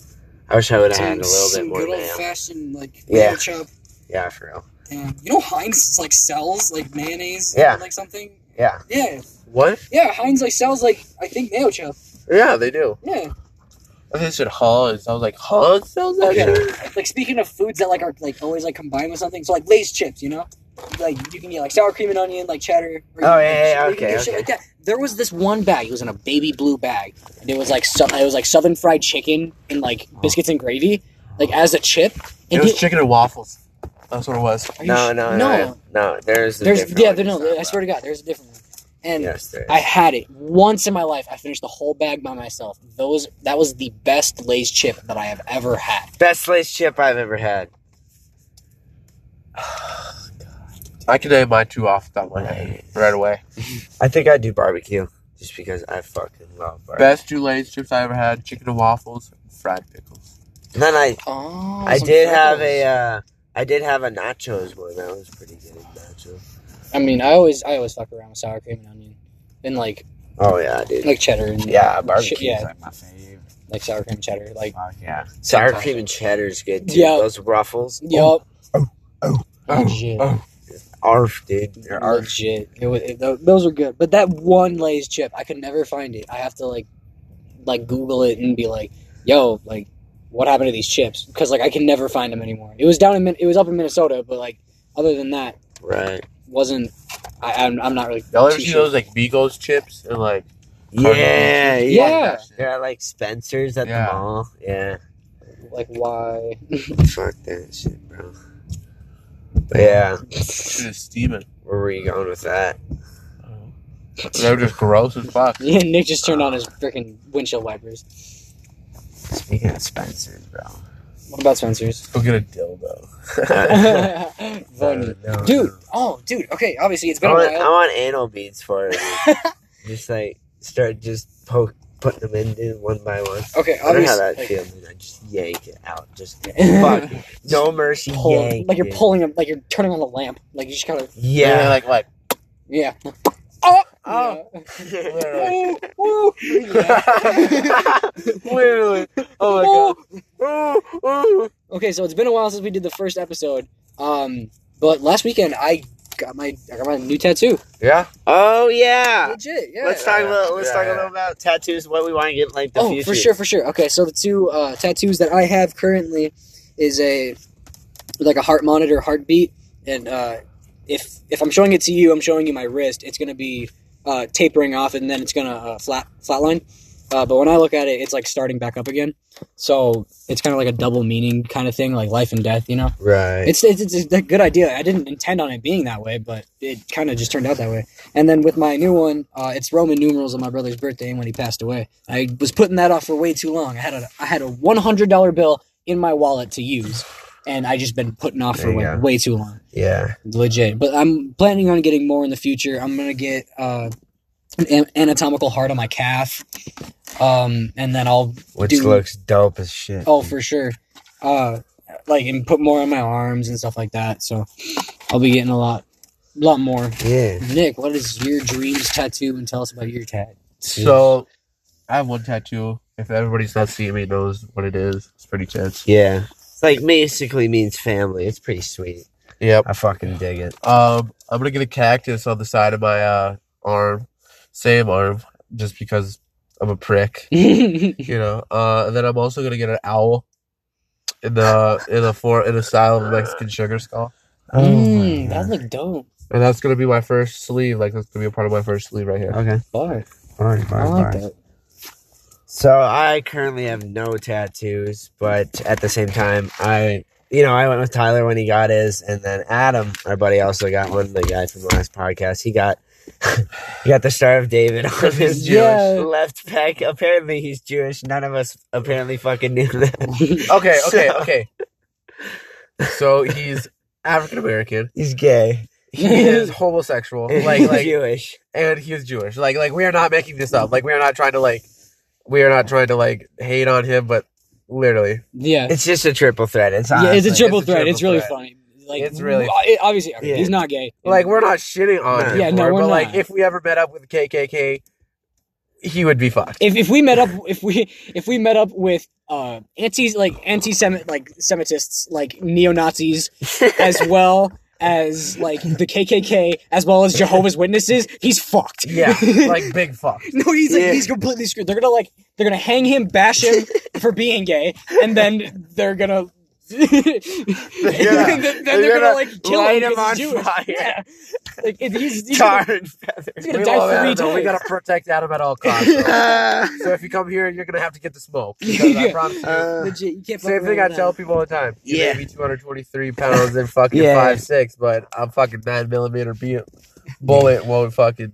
[SPEAKER 3] I wish I would have had a
[SPEAKER 4] Dude,
[SPEAKER 3] little bit
[SPEAKER 4] some
[SPEAKER 3] more
[SPEAKER 4] good old
[SPEAKER 3] mayo.
[SPEAKER 4] fashioned like
[SPEAKER 3] Yeah.
[SPEAKER 4] yeah. chop.
[SPEAKER 3] yeah, for real.
[SPEAKER 4] Damn. You know Heinz like sells like mayonnaise.
[SPEAKER 3] Yeah.
[SPEAKER 4] Or, like something.
[SPEAKER 3] Yeah.
[SPEAKER 4] Yeah,
[SPEAKER 2] What?
[SPEAKER 4] yeah. Heinz like sells like I think mayo chop.
[SPEAKER 2] Yeah, they do.
[SPEAKER 4] Yeah.
[SPEAKER 2] I think it said Hans. I was like, Hans sells that
[SPEAKER 4] Okay.
[SPEAKER 2] shit?
[SPEAKER 4] Like speaking of foods that like are like always like combined with something. So like Lay's chips, you know, like you can get like sour cream and onion, like cheddar. or you
[SPEAKER 3] Oh,
[SPEAKER 4] can get
[SPEAKER 3] yeah,
[SPEAKER 4] shit-
[SPEAKER 3] yeah, yeah,
[SPEAKER 4] or you can
[SPEAKER 3] okay,
[SPEAKER 4] get shit
[SPEAKER 3] okay.
[SPEAKER 4] like that.
[SPEAKER 1] there was this one bag. It was in a baby blue bag, and it was like so, it was like southern fried chicken and like
[SPEAKER 3] Oh.
[SPEAKER 1] biscuits and gravy, like as a chip.
[SPEAKER 2] It
[SPEAKER 1] And
[SPEAKER 2] was
[SPEAKER 1] he-
[SPEAKER 2] chicken and waffles. That's what it was.
[SPEAKER 1] are you
[SPEAKER 3] No,
[SPEAKER 1] sh-
[SPEAKER 3] no, no, no. there's a
[SPEAKER 1] There's
[SPEAKER 3] different
[SPEAKER 1] yeah,
[SPEAKER 3] one
[SPEAKER 1] there,
[SPEAKER 3] he's
[SPEAKER 1] no.
[SPEAKER 3] talking
[SPEAKER 1] I swear to God, there's a different one.
[SPEAKER 3] about.
[SPEAKER 1] And
[SPEAKER 3] Yes, there is.
[SPEAKER 1] I had it once in my life. I finished the whole bag by myself. Those that was the best Lay's chip that I have ever had.
[SPEAKER 3] Best slice chip I've ever had.
[SPEAKER 2] I can name mine two off the top of my head right away.
[SPEAKER 3] I think I do barbecue just because I fucking love barbecue.
[SPEAKER 2] Best Julian's chips I ever had chicken and waffles, and fried pickles.
[SPEAKER 3] And then I,
[SPEAKER 1] Oh,
[SPEAKER 3] I did have a, uh, I did have a nachos one that was pretty good. in Nacho.
[SPEAKER 1] I mean, I always I always fuck around with sour cream and onion, and like
[SPEAKER 3] Oh yeah, dude.
[SPEAKER 1] like cheddar and
[SPEAKER 3] yeah, barbecue
[SPEAKER 1] yeah.
[SPEAKER 3] is like my favorite.
[SPEAKER 1] like sour cream and cheddar. Like,
[SPEAKER 3] Fuck yeah. Sour cream and cheddar is good too.
[SPEAKER 1] Yeah.
[SPEAKER 3] Those ruffles, Oh,
[SPEAKER 1] yup,
[SPEAKER 2] Oh,
[SPEAKER 1] shit.
[SPEAKER 2] oh.
[SPEAKER 3] arf, dude. They're arf.
[SPEAKER 1] legit. It was it, tho- those were good, but that one Lay's chip, I could never find it. I have to like like Google it and be like, yo, like what happened to these chips? Because like I can never find them anymore. It was down in Min- it was up in Minnesota, but like other than that,
[SPEAKER 3] Right.
[SPEAKER 1] wasn't. I, I'm, I'm not really.
[SPEAKER 2] Y'all ever
[SPEAKER 1] too
[SPEAKER 2] see
[SPEAKER 1] sure.
[SPEAKER 2] those like Migos chips and like
[SPEAKER 3] Yeah, yeah.
[SPEAKER 1] Yeah.
[SPEAKER 3] They're at like Spencer's at
[SPEAKER 2] Yeah.
[SPEAKER 3] the mall. Yeah.
[SPEAKER 1] Like why? <laughs>
[SPEAKER 3] Fuck that shit, bro. But yeah,
[SPEAKER 2] Shit is steaming.
[SPEAKER 3] where were you going with that?
[SPEAKER 2] They were just gross as fuck.
[SPEAKER 1] Yeah, Nick just turned on his freaking windshield wipers.
[SPEAKER 3] Speaking of Spencer's,
[SPEAKER 1] <laughs>
[SPEAKER 3] bro.
[SPEAKER 1] What about
[SPEAKER 2] <laughs>
[SPEAKER 1] Spencer's? <laughs>
[SPEAKER 2] Go get a dildo.
[SPEAKER 1] Funny.
[SPEAKER 3] No,
[SPEAKER 1] Dude,
[SPEAKER 3] no.
[SPEAKER 1] oh, dude. Okay, obviously it's
[SPEAKER 3] I
[SPEAKER 1] been a
[SPEAKER 3] want, I
[SPEAKER 1] while.
[SPEAKER 3] want anal beads for it. dude. just like start just poke, putting them in dude, one by one.
[SPEAKER 1] <laughs> Okay,
[SPEAKER 3] I don't know how that
[SPEAKER 1] obviously.
[SPEAKER 3] feels. dude. I just yank it out. Just
[SPEAKER 1] <laughs>
[SPEAKER 3] fuck, <laughs> no mercy.
[SPEAKER 1] Pull,
[SPEAKER 3] yank,
[SPEAKER 1] like you're
[SPEAKER 3] dude.
[SPEAKER 1] pulling, a, like you're turning on the lamp. Like you just gotta,
[SPEAKER 2] Yeah,
[SPEAKER 3] Yeah.
[SPEAKER 2] like <laughs> like.
[SPEAKER 1] yeah. <laughs> Oh,
[SPEAKER 3] Oh.
[SPEAKER 2] Literally.
[SPEAKER 1] Woo, woo.
[SPEAKER 3] <laughs>
[SPEAKER 2] Literally. Oh my god.
[SPEAKER 1] <laughs> Okay, so it's been a while since we did the first episode. Um, but last weekend I got my I got my new tattoo.
[SPEAKER 2] Yeah.
[SPEAKER 3] oh yeah.
[SPEAKER 1] Legit, yeah.
[SPEAKER 3] Let's talk
[SPEAKER 2] yeah,
[SPEAKER 3] about let's
[SPEAKER 2] yeah,
[SPEAKER 3] talk a
[SPEAKER 2] yeah.
[SPEAKER 3] little about tattoos. What we want to get in, like the
[SPEAKER 1] oh,
[SPEAKER 3] future.
[SPEAKER 1] for sure, for sure. Okay, so the two uh, tattoos that I have currently is a like a heart monitor, heartbeat, and uh, if if I'm showing it to you, I'm showing you my wrist. It's gonna be uh, tapering off, and then it's gonna uh, flat flatline. Uh, but when I look at it, it's like starting back up again. So it's kind of like a double meaning kind of thing, like life and death, you know.
[SPEAKER 3] Right.
[SPEAKER 1] It's, it's it's a good idea. I didn't intend on it being that way, but it kind of just turned out that way. And then with my new one, uh, it's Roman numerals on my brother's birthday and when he passed away. I was putting that off for way too long. I had a I had a one hundred dollar bill in my wallet to use, and I just been putting off
[SPEAKER 3] There
[SPEAKER 1] for
[SPEAKER 3] you
[SPEAKER 1] way,
[SPEAKER 3] go.
[SPEAKER 1] way too long.
[SPEAKER 3] yeah.
[SPEAKER 1] Legit. But I'm planning on getting more in the future. I'm gonna get uh, an an- anatomical heart on my calf. Um, and then I'll
[SPEAKER 3] Which
[SPEAKER 1] Dude.
[SPEAKER 3] looks dope as shit.
[SPEAKER 1] oh for sure, uh, like and put more on my arms and stuff like that. So I'll be getting a lot, lot more.
[SPEAKER 3] Yeah.
[SPEAKER 1] Nick, what is your dreams tattoo? And tell us about your tat.
[SPEAKER 2] <laughs> So, I have one tattoo. If everybody's not seeing me knows what it is, it's pretty chance.
[SPEAKER 3] Yeah. It's like basically means family. It's pretty sweet.
[SPEAKER 2] Yep.
[SPEAKER 3] I fucking dig it.
[SPEAKER 2] Um, I'm gonna get a cactus on the side of my uh arm, same arm, just because I'm a prick, you know. Uh, and then I'm also gonna get an owl in the in the for in the style of a Mexican sugar skull,
[SPEAKER 3] Oh
[SPEAKER 1] Mm, that looked dope.
[SPEAKER 2] and that's gonna be my first sleeve. Like that's gonna be a part of my first sleeve right here.
[SPEAKER 3] Okay.
[SPEAKER 1] Bar.
[SPEAKER 3] Alright,
[SPEAKER 1] I
[SPEAKER 3] alright,
[SPEAKER 1] like
[SPEAKER 3] alright.
[SPEAKER 1] that. <laughs>
[SPEAKER 3] So I currently have no tattoos, but at the same time, I you know I went with Tyler when he got his, and then Adam, our buddy, also got one. The guy from the last podcast, he got <laughs> he got the Star of David <laughs> on his
[SPEAKER 1] Yeah.
[SPEAKER 3] left back. Apparently, he's Jewish. None of us apparently fucking knew <laughs> that.
[SPEAKER 2] Okay, okay,
[SPEAKER 3] So-
[SPEAKER 2] okay. So he's African American.
[SPEAKER 3] he's gay.
[SPEAKER 2] He is homosexual. Like
[SPEAKER 3] he's
[SPEAKER 2] like
[SPEAKER 3] <laughs> Jewish.
[SPEAKER 2] and he is Jewish. Like like we are not making this up. Like we are not trying to like we are not trying to like hate on him, but literally.
[SPEAKER 1] Yeah.
[SPEAKER 3] It's just a triple threat. It's
[SPEAKER 1] yeah, it's a
[SPEAKER 3] honestly-
[SPEAKER 1] triple
[SPEAKER 2] it's a
[SPEAKER 1] threat.
[SPEAKER 2] triple
[SPEAKER 1] It's really
[SPEAKER 2] threat.
[SPEAKER 1] funny. Like
[SPEAKER 2] It's really-
[SPEAKER 1] well, it- obviously okay,
[SPEAKER 3] Yeah.
[SPEAKER 1] he's not gay.
[SPEAKER 2] Like we're not shitting on him.
[SPEAKER 1] Yeah, no,
[SPEAKER 2] for it,
[SPEAKER 1] we're
[SPEAKER 2] but like
[SPEAKER 1] not.
[SPEAKER 2] if we ever met up with KKK, he would be fucked.
[SPEAKER 1] if, if we met up if we if we met up with uh anti like anti semit like semitists like neo Nazis as well as like the KKK as well as Jehovah's Witnesses, he's fucked. <laughs>
[SPEAKER 2] Yeah, like big fuck.
[SPEAKER 1] no, he's like
[SPEAKER 3] Yeah.
[SPEAKER 1] he's completely screwed. They're gonna like they're gonna hang him, bash him for being gay, and then they're gonna. <laughs> then then they're, gonna, like kill
[SPEAKER 3] light
[SPEAKER 1] him,
[SPEAKER 3] him
[SPEAKER 1] 'cause he's
[SPEAKER 3] on
[SPEAKER 1] Jewish.
[SPEAKER 3] fire.
[SPEAKER 1] Yeah, like if he's, he's
[SPEAKER 3] Tar <laughs>
[SPEAKER 1] gonna,
[SPEAKER 3] and feathers.
[SPEAKER 1] he's gonna
[SPEAKER 2] We,
[SPEAKER 1] die
[SPEAKER 2] love
[SPEAKER 1] three
[SPEAKER 2] Adam,
[SPEAKER 1] times.
[SPEAKER 2] though. we gotta protect Adam
[SPEAKER 1] <laughs>
[SPEAKER 2] at all costs. though.
[SPEAKER 3] <laughs>
[SPEAKER 2] so if you come here, you're gonna have to get the
[SPEAKER 1] <laughs>
[SPEAKER 2] smoke. Because I
[SPEAKER 1] Yeah.
[SPEAKER 2] promise
[SPEAKER 1] <laughs>
[SPEAKER 2] you.
[SPEAKER 3] Uh,
[SPEAKER 1] Legit, you can't. fuck
[SPEAKER 2] Same thing I
[SPEAKER 1] around
[SPEAKER 2] tell
[SPEAKER 1] with
[SPEAKER 2] people all the time. You
[SPEAKER 3] Yeah.
[SPEAKER 2] may be 223 pounds
[SPEAKER 1] <laughs>
[SPEAKER 2] and fucking
[SPEAKER 3] Yeah.
[SPEAKER 2] five six, but I'm fucking nine millimeter be- bullet won't fucking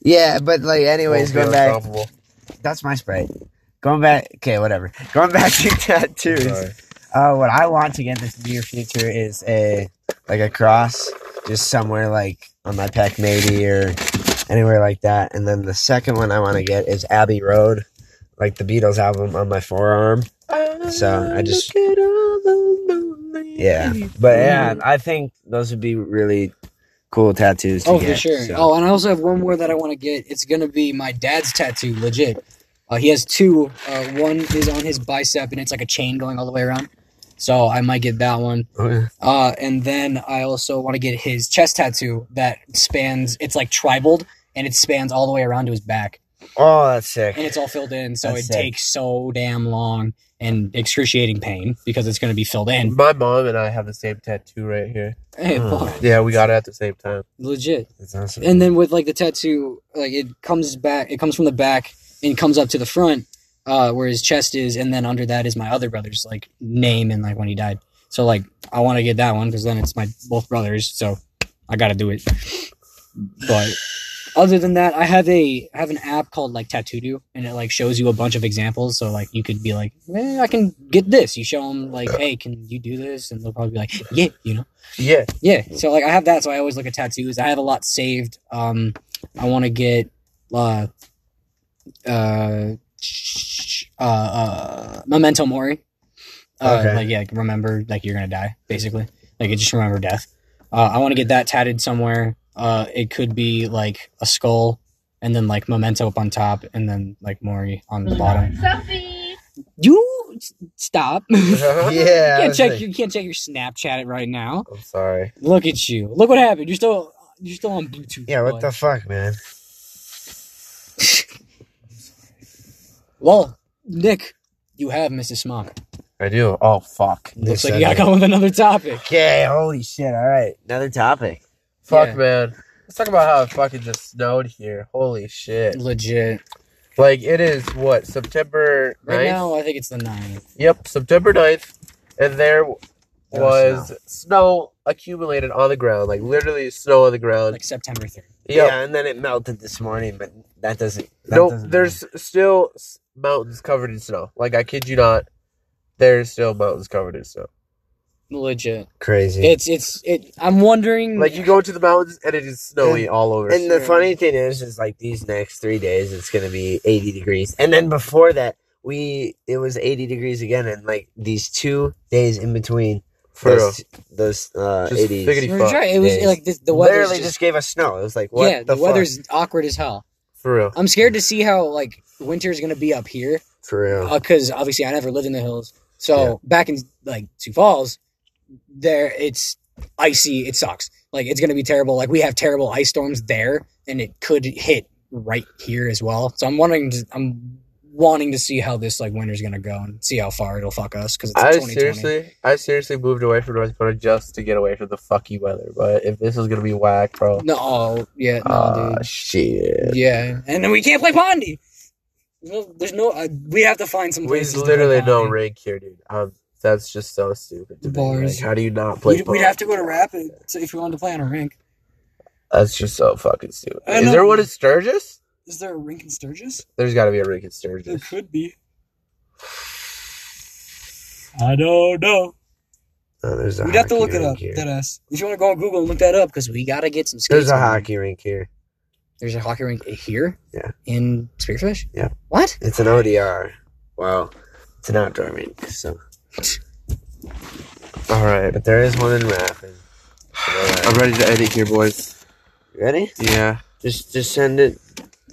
[SPEAKER 3] yeah, but like, anyways,
[SPEAKER 2] won't be
[SPEAKER 3] going back
[SPEAKER 2] uncomfortable.
[SPEAKER 3] that's my sprite. Going back, okay, whatever. Going back to <laughs> tattoos.
[SPEAKER 2] Sorry.
[SPEAKER 3] Uh, what I want to get in the near future is a like a cross, just somewhere like on my pack maybe or anywhere like that. And then the second one I want to get is Abbey Road, like the Beatles album on my forearm. So I just yeah, but yeah, I think those would be really cool tattoos. To
[SPEAKER 1] Oh,
[SPEAKER 3] get,
[SPEAKER 1] for sure.
[SPEAKER 3] so.
[SPEAKER 1] Oh, and I also have one more that I want to get. It's gonna be my dad's tattoo. Legit. Uh, he has two. Uh, one is on his bicep, and it's like a chain going all the way around. So I might get that one.
[SPEAKER 3] Okay.
[SPEAKER 1] Uh, and then I also want to get his chest tattoo that spans. It's like tribaled, and it spans all the way around to his back,
[SPEAKER 3] oh, that's sick.
[SPEAKER 1] and it's all filled in. So
[SPEAKER 3] That's
[SPEAKER 1] it
[SPEAKER 3] sick.
[SPEAKER 1] takes so damn long and excruciating pain because it's gonna be filled in.
[SPEAKER 2] My mom and I have the same tattoo right here.
[SPEAKER 1] Hey,
[SPEAKER 3] Mm.
[SPEAKER 1] fuck.
[SPEAKER 2] Yeah, we got it at the same time.
[SPEAKER 1] legit.
[SPEAKER 3] That's awesome.
[SPEAKER 1] and then with like the tattoo like it comes back it comes from the back and comes up to the front uh where his chest is and then under that is my other brother's like name and like when he died so like i want to get that one because then it's my both brothers so i gotta do it but other than that i have a i have an app called like tattoo and it like shows you a bunch of examples so like you could be like eh, i can get this you show them like hey can you do this and they'll probably be like yeah you know
[SPEAKER 2] Yeah. <laughs>
[SPEAKER 1] yeah, so like I have that, so I always look at tattoos. I have a lot saved. Um, I want to get uh, uh, sh- uh, uh, memento mori. Uh,
[SPEAKER 3] Okay.
[SPEAKER 1] Like yeah, like remember like you're gonna die basically. Like it just remember death. Uh, I want to get that tatted somewhere. Uh, it could be like a skull, and then like memento up on top, and then like mori on the bottom.
[SPEAKER 5] Sophie.
[SPEAKER 1] You s- stop. <laughs> you
[SPEAKER 3] yeah,
[SPEAKER 1] can't
[SPEAKER 3] that's
[SPEAKER 1] check.
[SPEAKER 3] sick.
[SPEAKER 1] You can't check your Snapchat right now.
[SPEAKER 2] I'm sorry.
[SPEAKER 1] Look at you. Look what happened. You're still you're still on Bluetooth.
[SPEAKER 3] Yeah,
[SPEAKER 1] bud.
[SPEAKER 3] what the fuck, man?
[SPEAKER 1] well, Nick, you have Mrs. Smock.
[SPEAKER 2] I do. Oh fuck.
[SPEAKER 1] Looks
[SPEAKER 3] They
[SPEAKER 1] like you gotta
[SPEAKER 3] said
[SPEAKER 1] come with another topic.
[SPEAKER 3] Okay, holy shit. All right. Another topic.
[SPEAKER 2] Fuck
[SPEAKER 1] Yeah.
[SPEAKER 2] man. Let's talk about how it fucking just snowed here. Holy shit.
[SPEAKER 1] Legit.
[SPEAKER 2] Like it is what, September 9th?
[SPEAKER 1] Right now, I think it's the ninth.
[SPEAKER 2] Yep, September 9th, and there w-
[SPEAKER 3] There
[SPEAKER 2] was
[SPEAKER 3] was
[SPEAKER 2] snow. accumulated on the ground, like literally snow on the ground.
[SPEAKER 1] Like September third.
[SPEAKER 2] yep.
[SPEAKER 3] Yeah, and then it melted this morning, but that doesn't. That
[SPEAKER 2] no,
[SPEAKER 3] doesn't
[SPEAKER 2] there's still s- mountains covered in snow. Like I kid you not, there's still mountains covered in snow.
[SPEAKER 1] Legit.
[SPEAKER 3] Crazy.
[SPEAKER 1] It's it's it. I'm
[SPEAKER 4] Mm.
[SPEAKER 1] wondering.
[SPEAKER 2] Like you go to the mountains and it is snowy all over.
[SPEAKER 3] and the funny thing is, is like these next three days, it's gonna be 80 degrees, and then before that, we it was 80 degrees again, and like these two days in between,
[SPEAKER 2] for real.
[SPEAKER 3] those, those uh,
[SPEAKER 2] Just
[SPEAKER 3] 80s,
[SPEAKER 2] figgity-
[SPEAKER 1] You're right, It was
[SPEAKER 3] days.
[SPEAKER 1] like this, the weather's
[SPEAKER 3] literally
[SPEAKER 1] just,
[SPEAKER 3] just, gave us snow. It was like what
[SPEAKER 1] yeah.
[SPEAKER 3] the,
[SPEAKER 1] The,
[SPEAKER 3] fuck?
[SPEAKER 1] weather's awkward as hell.
[SPEAKER 2] For real.
[SPEAKER 1] I'm scared to see how like winter's gonna be up here
[SPEAKER 3] for real.
[SPEAKER 1] because Uh, obviously I never lived in the hills. So
[SPEAKER 3] Yeah.
[SPEAKER 1] back in like Sioux Falls, there it's icy. It sucks. Like it's gonna be terrible. Like we have terrible ice storms there, and it could hit right here as well. So I'm wondering. I'm wanting to see how this like winter's gonna go and see how far it'll fuck us because it's
[SPEAKER 2] I
[SPEAKER 1] 2020.
[SPEAKER 2] seriously, I seriously moved away from North Dakota just to get away from the fucky weather. But if this is gonna be whack, bro.
[SPEAKER 1] No, oh, yeah, no,
[SPEAKER 2] Ah,
[SPEAKER 1] dude.
[SPEAKER 2] shit.
[SPEAKER 1] Yeah, and then we can't play Pondy. No, there's no. Uh, we have to find some
[SPEAKER 2] We
[SPEAKER 1] places. to
[SPEAKER 2] literally
[SPEAKER 1] play
[SPEAKER 2] no
[SPEAKER 1] Pondy.
[SPEAKER 2] rank here, dude. Um, that's just so stupid. To me.
[SPEAKER 1] Bars.
[SPEAKER 2] Like, how do you not play?
[SPEAKER 4] we'd, we'd
[SPEAKER 2] Pong?
[SPEAKER 4] have to go to Rapid so if we wanted to play on a rink.
[SPEAKER 2] That's just so fucking stupid.
[SPEAKER 4] I
[SPEAKER 2] Is
[SPEAKER 4] know.
[SPEAKER 2] there one in Sturgis?
[SPEAKER 4] Is there a rink in Sturgis?
[SPEAKER 2] There's got to be a rink in
[SPEAKER 4] There
[SPEAKER 2] Sturgis.
[SPEAKER 4] could be. I don't know.
[SPEAKER 3] Oh, there's a
[SPEAKER 4] We'd have to
[SPEAKER 3] hockey
[SPEAKER 4] look it
[SPEAKER 3] rink
[SPEAKER 4] up.
[SPEAKER 3] Here.
[SPEAKER 4] That ass.
[SPEAKER 1] If you want to go on Google and look that up, because we gotta get some skates.
[SPEAKER 3] There's a
[SPEAKER 1] going.
[SPEAKER 3] hockey rink here.
[SPEAKER 1] There's a hockey rink here.
[SPEAKER 3] Yeah.
[SPEAKER 1] In Spearfish.
[SPEAKER 3] Yeah.
[SPEAKER 1] What?
[SPEAKER 3] It's an ODR. Wow, it's an outdoor rink. So,
[SPEAKER 2] All right,
[SPEAKER 3] but there is one in Rapid.
[SPEAKER 2] I'm ready to edit here, boys.
[SPEAKER 3] Ready?
[SPEAKER 2] Yeah,
[SPEAKER 3] Just, just send it.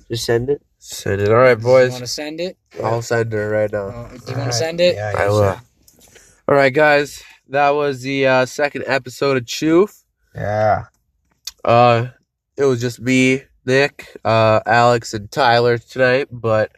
[SPEAKER 3] Just send it.
[SPEAKER 2] send it. All right,
[SPEAKER 1] You want
[SPEAKER 2] boys.
[SPEAKER 1] to send it?
[SPEAKER 2] I'll send her right now.
[SPEAKER 1] Uh, do you want to send it?
[SPEAKER 3] Yeah,
[SPEAKER 2] I will. All right, guys. That was the uh, second episode of Choof.
[SPEAKER 3] Yeah.
[SPEAKER 2] Uh, it was just me, Nick, uh, Alex, and Tyler tonight. But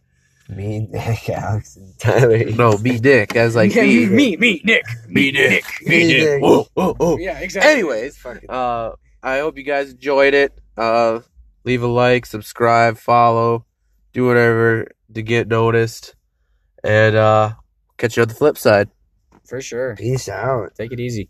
[SPEAKER 3] Me, Nick, <laughs> Alex, and Tyler.
[SPEAKER 2] no, me, Nick, as like
[SPEAKER 1] <laughs>
[SPEAKER 2] <laughs>
[SPEAKER 1] Yeah,
[SPEAKER 2] me,
[SPEAKER 1] me, me, Nick.
[SPEAKER 2] me, Nick, me,
[SPEAKER 3] Me,
[SPEAKER 2] Nick.
[SPEAKER 3] Nick.
[SPEAKER 2] Whoa, whoa, whoa.
[SPEAKER 1] Yeah, exactly.
[SPEAKER 2] Anyways, uh, I hope you guys enjoyed it. Uh, leave a like, subscribe, follow, do whatever to get noticed, and uh, catch you on the flip side.
[SPEAKER 1] For sure.
[SPEAKER 3] Peace out.
[SPEAKER 1] Take it easy.